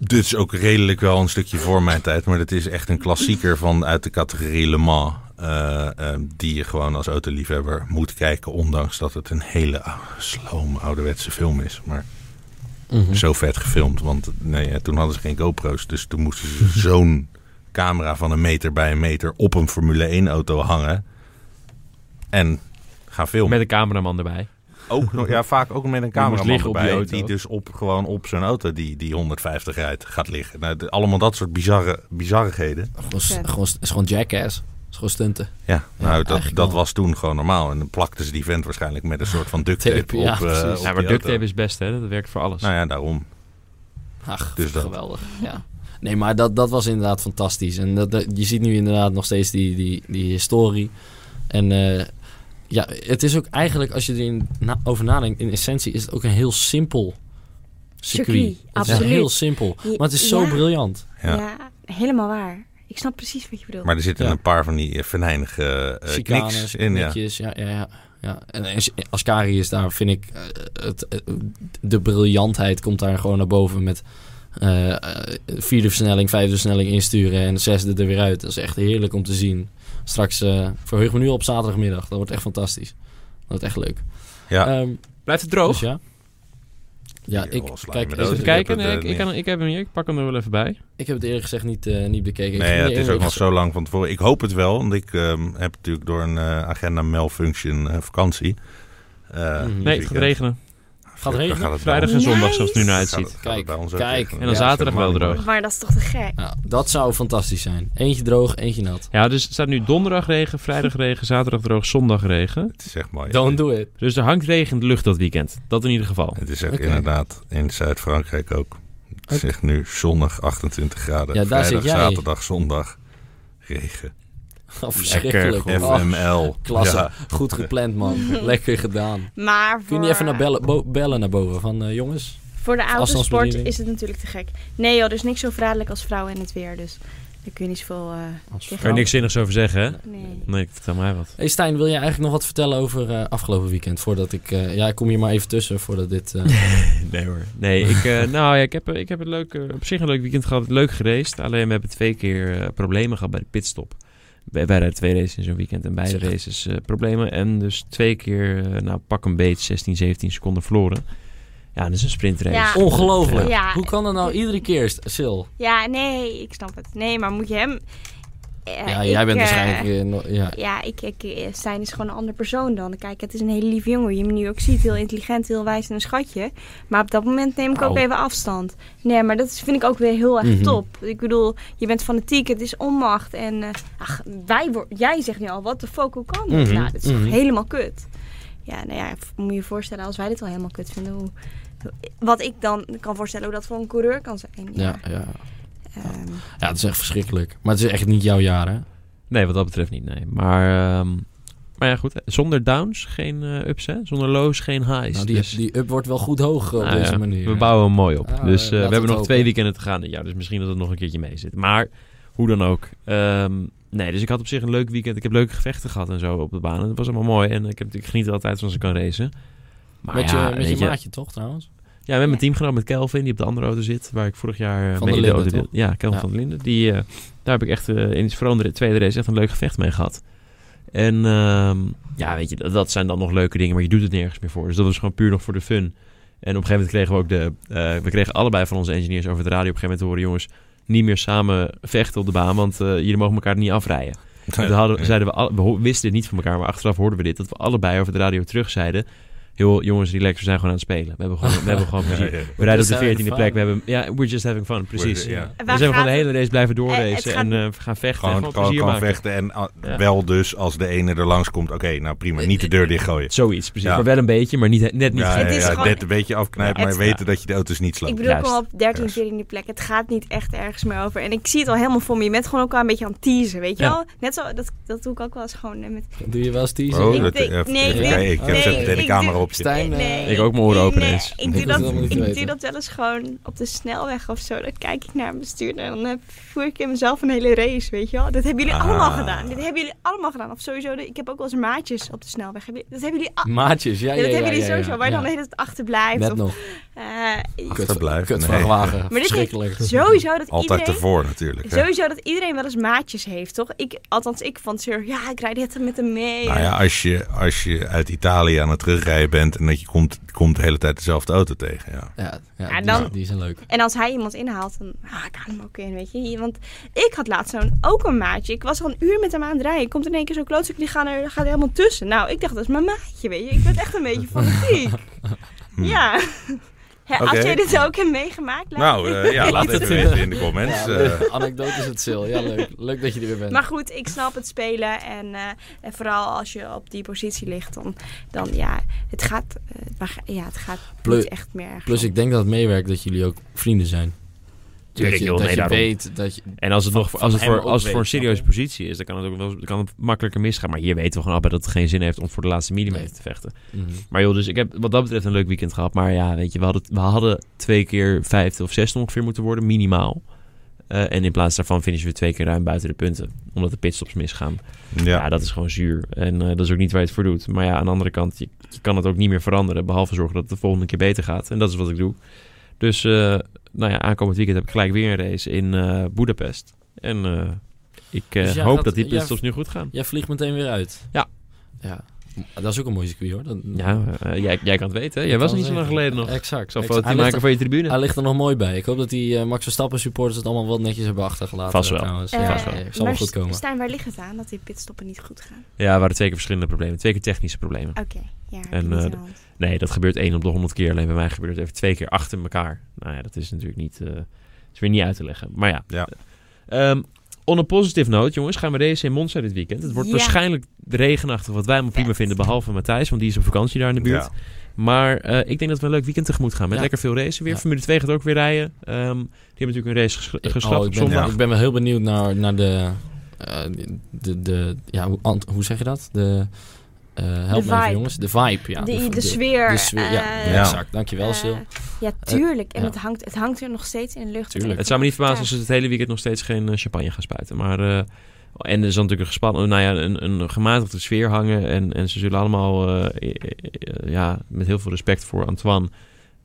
S3: Dit is ook redelijk wel een stukje voor mijn tijd. Maar dat is echt een klassieker van uit de categorie Le Mans. eh, eh, die je gewoon als autoliefhebber moet kijken. Ondanks dat het een hele oude, sloom ouderwetse film is. Maar
S2: Mhm.
S3: zo vet gefilmd. Want nee, ja, toen hadden ze geen GoPro's. Dus toen moesten ze zo'n camera van een meter bij een meter op een Formule 1 auto hangen. En gaan filmen.
S1: Met een cameraman erbij.
S3: ook, nog- ja, vaak ook met een cameraman
S1: liggen op
S3: erbij.
S1: die
S3: Die,
S1: auto.
S3: dus op, gewoon op zo'n auto die, die 150 rijdt gaat liggen. Nou, de- allemaal dat soort bizarre, bizarrigheden.
S2: Gewoon, s- gewoon, s- is gewoon jackass. Is gewoon stunten.
S3: Ja, nou, dat,
S2: eigenlijk
S3: dat
S2: wel.
S3: was toen gewoon normaal. En dan plakten ze die vent waarschijnlijk met een soort van duct tape
S2: Tape,
S3: op,
S2: ja,
S3: eh,
S2: precies.
S3: op
S2: Ja,
S1: Ja,
S3: die
S1: maar duct
S3: auto.
S1: tape is het beste, hè? dat werkt voor alles.
S3: Nou ja, daarom.
S2: Ach,
S3: Dus dat.
S2: geweldig. Ja. Nee, maar dat, dat was inderdaad fantastisch. En dat, dat- je ziet nu inderdaad nog steeds die, die, die historie. En eh, ja, het is ook eigenlijk, als je erin na- over nadenkt, in essentie is het ook een heel simpel circuit.
S4: Circuit,
S2: het is
S4: absoluut.
S2: heel simpel.
S4: Ja,
S2: Maar het is zo
S4: ja.
S2: briljant.
S3: Ja.
S4: Ja. helemaal waar. Ik snap precies wat je bedoelt.
S3: Maar er zitten
S2: Ja.
S3: een paar van die eh, venijnige eh,
S2: Chicanes,
S3: kniks in. Ja.
S2: netjes, ja. ja, ja, ja. En, en Ascari is daar, vind ik, eh, het, eh, de briljantheid komt daar gewoon naar boven met eh, eh, vierde versnelling, vijfde versnelling insturen en zesde er weer uit. Dat is echt heerlijk om te zien. Straks eh verheug me nu op zaterdagmiddag. Dat wordt echt fantastisch. Dat wordt echt leuk.
S1: Eh,
S3: Ja.
S2: Ehm,
S1: Blijft het droog?
S2: dus ja. Ja,
S3: Hier,
S2: ik,
S3: wel slaan
S2: kijk,
S3: we
S2: ik,
S3: dood.
S1: even
S3: ik
S1: kijken.
S3: heb
S1: Nee,
S3: het,
S1: ik,
S3: eh,
S1: ik, kan, ik heb hem hier. Ik pak hem er wel even bij.
S2: ik heb het eerlijk gezegd niet, eh, niet bekeken.
S3: Nee,
S2: ik
S3: ja,
S2: ging
S3: het
S2: er
S3: is ook
S2: eerlijk
S3: nog zo lang van tevoren. Ik hoop het wel, want ik ehm, heb natuurlijk door een eh, agenda malfunction eh, vakantie. Eh,
S2: Mhm.
S3: dit
S1: Nee, het gaat
S3: weekend.
S1: regenen.
S2: Gaat het regenen?
S3: Gaat het
S1: Vrijdag en
S4: Nice.
S1: zondag, zoals het nu naar
S3: bij ons- gaat het-
S1: uitziet.
S3: gaat het bij
S2: Kijk,
S3: ons ook
S2: kijk.
S3: regenen?
S1: En dan
S3: Ja, dat is
S1: zaterdag wel
S3: helemaal niet
S1: droog.
S4: Maar dat is toch te gek?
S2: Ja, Nou, dat zou fantastisch zijn. Eentje droog, eentje nat.
S1: Ja, dus het staat nu donderdag regen, vrijdag regen, zaterdag droog, zondag regen.
S3: Het is echt mooi.
S2: Don't do it.
S1: Dus er hangt regen in de lucht dat weekend. Dat in ieder geval.
S3: Het is ook
S2: Oké.
S3: inderdaad in Zuid-Frankrijk ook. Het is echt nu zonnig 28 graden.
S2: Ja, daar zit
S3: Vrijdag,
S2: jij.
S3: zaterdag, zondag. Regen.
S2: Oh, verschrikkelijk.
S1: Lekker,
S2: Oh,
S3: FML.
S2: klasse.
S3: Ja.
S2: Goed gepland, man. Lekker gedaan.
S4: Maar
S2: Kun
S4: voor,
S2: je niet even naar bellen, bo- bellen naar boven van eh, jongens?
S4: voor de autosport
S2: afstandsbediening?
S4: is het natuurlijk te gek. Nee joh, er is niks zo verraderlijk als vrouwen in het weer. Dus daar kun je niet zoveel... eh
S2: Als
S4: Kan
S1: Kan
S4: je
S1: je niks zinnigs over zeggen, hè?
S4: nee.
S1: Nee, vertel mij wat.
S2: Hey Stijn, wil je eigenlijk nog wat vertellen over eh, afgelopen weekend? Voordat ik. eh, ja, ik kom hier maar even tussen voordat dit. eh,
S1: Nee hoor. Nee, ik, eh, nou ja, ik heb, ik heb het leuk, eh, op zich een leuk weekend gehad. Leuk gereisd. Alleen we hebben twee keer eh, problemen gehad bij de pitstop. Wij wij rijden twee races in zo'n weekend en beide
S2: Zeg.
S1: races eh, problemen. En dus twee keer, eh, nou pak een beet, 16, 17 seconden verloren. Ja, dat is een sprintrace.
S4: Ja.
S2: ongelooflijk.
S4: Ja.
S2: Hoe kan dat nou iedere keer, St- Sil?
S4: Ja, nee, ik snap het. Nee, maar moet je hem... eh,
S2: ja, jij
S4: ik,
S2: bent
S4: eh,
S2: waarschijnlijk. eh, no- ja.
S4: Ja, ik, ik, eh, Stijn is gewoon een ander persoon dan. Kijk, het is een hele lieve jongen. Je hem nu ook ziet, heel intelligent, heel wijs en een schatje. Maar op dat moment neem ik ook
S1: Au.
S4: even afstand. Nee, maar dat is- vind ik ook weer heel erg
S2: Mhm.
S4: top. Ik bedoel, je bent fanatiek, het is onmacht. En eh, ach, wij wo- jij zegt nu al, wat de fuck, hoe kan dit?
S2: Mhm,
S4: Nou, dat is toch
S2: mhm.
S4: helemaal kut. Ja, nou ja, v- moet je je voorstellen, als wij dit al helemaal kut vinden, hoe Wat ik dan kan voorstellen hoe dat voor een coureur kan zijn. Ja.
S2: Ja, ja.
S4: Ehm,
S2: ja, het is echt verschrikkelijk. Maar het is echt niet jouw jaar, hè?
S1: Nee, wat dat betreft niet, nee. Maar, ehm, maar ja, goed. Zonder downs geen eh, ups, hè? Zonder lows geen highs.
S2: Nou, die,
S1: Dus,
S2: die up wordt wel goed hoog eh, op
S1: nou ja,
S2: deze manier.
S1: We bouwen hem mooi op.
S2: Ah, eh,
S1: dus eh,
S2: laten we
S1: we
S2: het
S1: hebben nog
S2: hopen.
S1: twee weekenden te gaan dit jaar. Dus misschien dat het nog een keertje mee zit. Maar hoe dan ook. ehm, nee, dus ik had op zich een leuk weekend. Ik heb leuke gevechten gehad en zo op de baan. En dat was allemaal mooi. En ik, heb, ik geniet er altijd van als ik kan racen. Maar
S2: met je,
S1: ja,
S2: met je
S1: weet je,
S2: maatje, toch, trouwens?
S1: Ja, met mijn teamgenoot met Kelvin, die op de andere auto zit, waar ik vorig jaar eh,
S2: Van
S1: mee
S2: der
S1: in de
S2: Linden,
S1: auto deed. Ja, Kelvin
S2: Ja.
S1: van der Linden. Die, eh, daar heb ik echt eh, in vooral in de tweede race echt een leuk gevecht mee gehad. En ehm, ja, weet je, dat, dat zijn dan nog leuke dingen, maar je doet het nergens meer voor. Dus dat was gewoon puur nog voor de fun. En op een gegeven moment kregen we ook de... eh, we kregen allebei van onze engineers over de radio op een gegeven moment te horen... jongens, niet meer samen vechten op de baan, want eh, jullie mogen elkaar niet afrijden. En toen hadden, zeiden we, alle- we ho- wisten dit niet van elkaar, maar achteraf hoorden we dit. Dat we allebei over de radio terug zeiden... Joh, jongens, relax, we zijn gewoon aan het spelen. We hebben gewoon, we hebben gewoon
S3: Ja,
S1: plezier.
S3: ja, ja.
S1: We rijden op
S2: Just
S1: de
S2: having
S1: 14e
S2: fun.
S1: plek. We hebben, ja, we're just having fun, precies.
S3: Ja.
S1: We
S4: waar
S1: zijn we gewoon de
S4: gaat-
S1: hele race blijven
S4: Eh, het
S1: doorracen
S4: gaat-
S1: en eh, gaan vechten. en gewoon
S3: Gewoon, gewoon,
S1: plezier
S3: gewoon
S1: maken.
S3: vechten. En ah,
S1: Ja.
S3: wel dus als de ene er langs komt, oké, nou prima. Niet de deur dichtgooien.
S1: Zoiets, precies.
S3: Ja.
S1: Maar wel een beetje, maar niet, net niet.
S3: Ja,
S1: gek.
S3: ja,
S4: Het is
S3: ja,
S4: gewoon-
S3: net een beetje afknijpen,
S4: Ja,
S3: maar
S4: het-
S3: weten dat je de auto's niet sloopt.
S4: Ik bedoel, ik kom
S1: Juist.
S4: op 13,
S3: Juist.
S4: 14 plek. Het gaat niet echt ergens meer over. En ik zie het al helemaal voor me. Je bent gewoon elkaar een beetje aan het teasen, weet je
S1: Ja.
S4: wel? Net zo, dat, dat doe ik ook wel eens gewoon eh, met...
S2: Doe je wel eens teasen?
S3: Oh,
S4: Ik
S3: dat,
S4: denk-
S3: eh, even-
S4: nee,
S3: even
S2: ik-
S3: kijken. ik heb
S2: nee,
S3: zet de
S2: ik
S3: camera
S4: doe-
S3: op je.
S2: Stijn, eh,
S4: Nee.
S1: Ik ook mijn oren open
S4: nee,
S1: ineens.
S4: Ik,
S2: Ik
S4: doe
S2: wil het
S4: dat,
S2: helemaal niet
S4: ik doe
S2: weten.
S4: dat wel eens gewoon op de snelweg of zo. Dan kijk ik naar mijn bestuurder en dan heb- voer ik in mezelf een hele race, weet je wel? Dat hebben jullie
S3: Ah.
S4: allemaal gedaan. Dit hebben jullie allemaal gedaan. Of sowieso, de- ik heb ook wel eens maatjes op de snelweg. Hebben jullie- Dat hebben jullie... al-
S2: Maatjes, ja, ja,
S4: dat
S2: ja,
S4: hebben jullie
S2: ja, ja,
S4: sowieso, waar je
S2: ja.
S4: dan de hele tijd achterblijft.
S2: Net
S4: of,
S2: nog.
S4: eh,
S3: Achterblijven,
S2: Kut
S3: nee.
S2: vrachtwagen.
S4: dit is
S2: Verschrikkelijk.
S4: sowieso dat
S3: Altijd
S4: iedereen...
S3: ervoor natuurlijk. hè.
S4: Sowieso dat iedereen wel eens maatjes heeft, toch? Ik, althans, ik van zeur, ja, ik rijd dit met hem mee.
S3: Nou ja, als je, als je uit Italië aan het terugrijden bent en dat je komt, komt de hele tijd dezelfde auto tegen. Ja.
S2: Ja, ja,
S4: Ja,
S2: die,
S4: dan-
S2: zijn- die zijn leuk.
S4: En als hij iemand inhaalt, dan ah, ik haal hem ook in, weet je. Want ik had laatst zo'n, ook een maatje. Ik was al een uur met hem aan het rijden. Komt in één keer zo'n klootzak, die gaan er, gaat er helemaal tussen. Nou, ik dacht, dat is mijn maatje, weet je. Ik ben echt een beetje fanatiek. Ja. Hè,
S3: Hm. Oké.
S4: Als jij dit ook hebt meegemaakt, laat
S3: Nou, eh, ja, laat het even weten in de comments.
S2: Ja,
S3: eh.
S2: anekdotes het zil. Ja, leuk. Leuk dat je er weer bent.
S4: Maar goed, ik snap het spelen. En, eh, en vooral als je op die positie ligt, dan, dan ja, het gaat, eh, maar ga- ja, het gaat
S2: Plus-
S4: niet echt meer. ergens
S2: Plus ik denk dat het meewerkt dat jullie ook vrienden zijn.
S1: Tuurlijk,
S2: dat je,
S1: joh,
S2: dat
S1: nee,
S2: je
S1: daarom.
S2: weet dat je...
S1: En als het, nog, als het,
S2: Van hem
S1: voor,
S2: ook
S1: als het voor een
S2: weet,
S1: serieuze
S2: snap
S1: positie is, dan kan het ook wel eens- kan het makkelijker misgaan. Maar hier weten we gewoon allebei dat het geen zin heeft om voor de laatste millimeter
S2: Nee.
S1: te vechten.
S2: Mhm.
S1: Maar joh, dus ik heb wat dat betreft een leuk weekend gehad. Maar ja, weet je, we hadden, we hadden twee keer vijfde of zesde ongeveer moeten worden, minimaal. Eh, en in plaats daarvan finishen we twee keer ruim buiten de punten. Omdat de pitstops misgaan. Ja,
S3: ja.
S1: dat is gewoon zuur. En eh, dat is ook niet waar je het voor doet. Maar ja, aan de andere kant, je, je kan het ook niet meer veranderen. Behalve zorgen dat het de volgende keer beter gaat. En dat is wat ik doe. Dus, eh, nou ja, aankomend weekend heb ik gelijk weer een race in eh Budapest. En eh, ik eh,
S2: Dus jij
S1: hoop
S2: gaat-
S1: dat die
S2: jij-
S1: pitstops nu goed gaan.
S2: Jij vliegt meteen weer uit.
S1: Ja.
S2: ja. Dat is ook een mooi circuit hoor. Dat,
S1: Ja, eh, jij, jij kan het weten. hè? Jij
S2: dat
S1: was
S2: kan
S1: niet zo lang
S2: zeker.
S1: geleden nog. Ik
S2: Exact.
S1: zal een
S2: exact.
S1: foto
S2: Hij ligt
S1: maken van je
S2: er-
S1: tribune.
S2: Hij ligt er nog mooi bij. Ik hoop dat die eh, Max Verstappen supporters het allemaal wel netjes hebben achtergelaten.
S1: Vast wel.
S2: Trouwens.
S4: Eh,
S2: Ja,
S1: vast wel.
S2: ja, zal wel
S4: maar
S2: goed komen.
S4: Stijn, waar ligt het aan dat die pitstoppen niet goed gaan?
S1: Ja, er waren twee keer verschillende problemen. Twee keer technische problemen.
S4: Oké, ja, heb
S1: En,
S4: je niet
S1: eh,
S4: in de hand.
S1: Nee, dat gebeurt één op de honderd keer. Alleen bij mij gebeurt het even twee keer achter elkaar. Nou ja, dat is natuurlijk niet, eh, is weer niet uit te leggen. Maar ja.
S3: Ja.
S1: Ehm, on a positive note, jongens, gaan we racen in Monza dit weekend. Het wordt
S4: Ja.
S1: waarschijnlijk regenachtig, wat wij helemaal prima
S4: Vet.
S1: vinden, behalve Matthijs, want die is op vakantie daar in de buurt.
S3: Ja.
S1: Maar eh, ik denk dat we een leuk weekend tegemoet gaan met
S2: Ja.
S1: lekker veel racen weer.
S2: Ja.
S1: Formule 2 gaat ook weer rijden. Ehm, die hebben natuurlijk een race ges- geschrapt
S2: Oh, ik
S1: op
S2: ben,
S1: zondag.
S2: ik ben wel heel benieuwd naar, naar de, eh, de, de... Ja, hoe, ant- hoe zeg je dat? De... eh help
S4: De
S2: me even
S4: vibe.
S2: jongens. De vibe, ja.
S4: de, de,
S2: de-
S4: sfeer.
S2: de sfeer, ja,
S4: eh,
S3: Ja.
S2: exact. Dankjewel, Sil.
S4: eh, ja, tuurlijk. En
S2: ja.
S4: het, hangt, het hangt er nog steeds in de lucht.
S2: Tuurlijk.
S1: Het zou me niet verbazen als
S4: Ja.
S1: ze het hele weekend nog steeds geen eh, champagne gaan spuiten. Maar, eh, en er is dan natuurlijk een, gespannen, nou ja, een, een gematigde sfeer hangen. En, en ze zullen allemaal eh, eh, eh, ja, met heel veel respect voor Antoine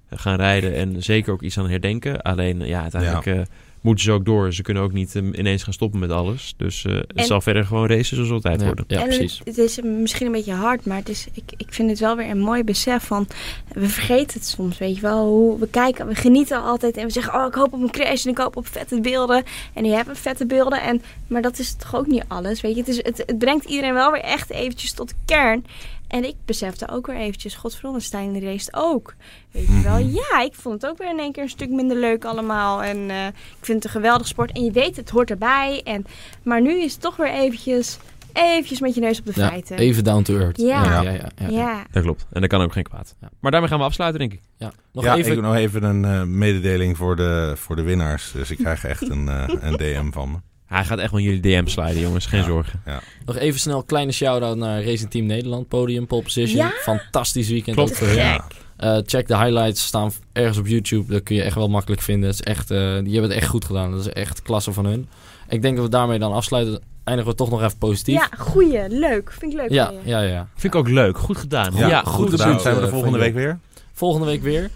S1: eh, gaan rijden. En zeker ook iets aan herdenken. Alleen eh, ja, uiteindelijk eh, moeten ze ook door. Ze kunnen ook niet eh, ineens gaan stoppen met alles. Dus eh, het
S4: En-
S1: zal verder gewoon racen zoals altijd
S2: Ja,
S1: worden.
S2: ja,
S4: en
S2: precies.
S4: Het, het is misschien een beetje hard, maar het is, ik, ik vind het wel weer een mooi besef van... We vergeten het soms, weet je wel. Hoe, we kijken, we genieten altijd en we zeggen... Oh, ik hoop op een crash en ik hoop op vette beelden. En nu hebben we vette beelden. En, maar dat is toch ook niet alles, weet je. Het, is, het, het brengt iedereen wel weer echt eventjes tot de kern. En ik besefte ook weer eventjes... Godverdomme, Stijn race ook. Weet je wel.
S3: Mhm.
S4: Ja, ik vond het ook weer in één keer een stuk minder leuk allemaal. En eh, ik vind het een geweldig sport. En je weet, het hoort erbij. En, maar nu is het toch weer eventjes... eventjes met je neus op de
S2: Ja,
S4: feiten.
S2: even down to earth.
S4: Ja.
S2: ja, ja, ja, ja.
S4: Ja.
S1: Dat klopt. En dat kan ook geen kwaad.
S2: Ja.
S1: Maar daarmee gaan we afsluiten, denk ik.
S2: Ja. Nog
S3: ja,
S2: even.
S3: ik doe nog even een eh, mededeling voor de, voor de winnaars. Dus ik krijg echt een, eh, een DM van me.
S1: Hij gaat echt wel in jullie DM sliden, jongens. Geen
S3: Ja.
S1: zorgen.
S2: Nog even snel een kleine shout-out naar Racing Team Nederland. Podium, pole position.
S4: Ja.
S2: Fantastisch weekend
S1: Klopt.
S2: ook voor hun.
S3: Ja.
S2: Eh, check de highlights. Staan ergens op YouTube. Dat kun je echt wel makkelijk vinden. Het is echt, eh, die hebben het echt goed gedaan. Dat is echt klasse van hun. Ik denk dat we daarmee dan afsluiten. Eindigen we toch nog even positief.
S4: ja, goeie. Leuk. Vind ik leuk.
S2: ja,
S4: van je.
S2: ja, ja.
S1: Vind ik ook leuk. Goed gedaan.
S3: Ja,
S1: ja,
S3: goed,
S1: goed
S3: gedaan.
S2: punt,
S3: Zijn we
S2: eh,
S3: de volgende
S2: van
S3: week weer?
S2: Volgende week weer.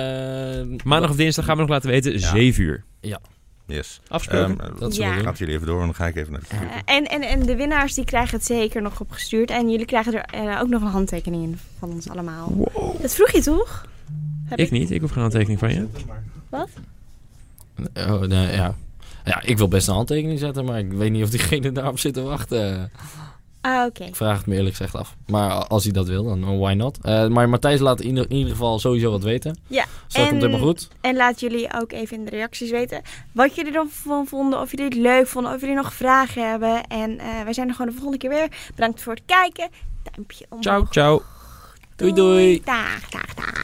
S2: Eh,
S1: Maandag of dinsdag gaan we nog laten weten. 7 uur.
S3: Yes.
S1: Afspraken.
S3: Ehm,
S2: Dat is
S4: Ja.
S2: wel weer.
S3: Gaat jullie even door, want dan ga ik even naar de computer.
S4: Eh, en, en, en de winnaars die krijgen het zeker nog opgestuurd. En jullie krijgen er eh, ook nog een handtekening in van ons allemaal. Dat vroeg je toch? Heb
S1: ik niet. Ik hoef geen handtekening van je.
S2: Oh, nee, ja. ja, ik wil best een handtekening zetten, maar ik weet niet of diegene daarop zit te wachten.
S4: Ah, oké.
S2: Ik vraag het me eerlijk gezegd af. Maar als hij dat wil, dan why not? Eh, maar Matthijs laat in ieder, in ieder geval sowieso wat weten.
S4: Ja,
S2: Dus dat
S4: en-
S2: komt helemaal goed.
S4: En laat jullie ook even in de reacties weten wat jullie ervan vonden. Of jullie het leuk vonden. Of jullie nog vragen hebben. En eh, wij zijn er gewoon de volgende keer weer. Bedankt voor het kijken. Duimpje omhoog.
S1: Ciao, ciao.
S2: Doei, doei.
S4: Dag, dag, dag.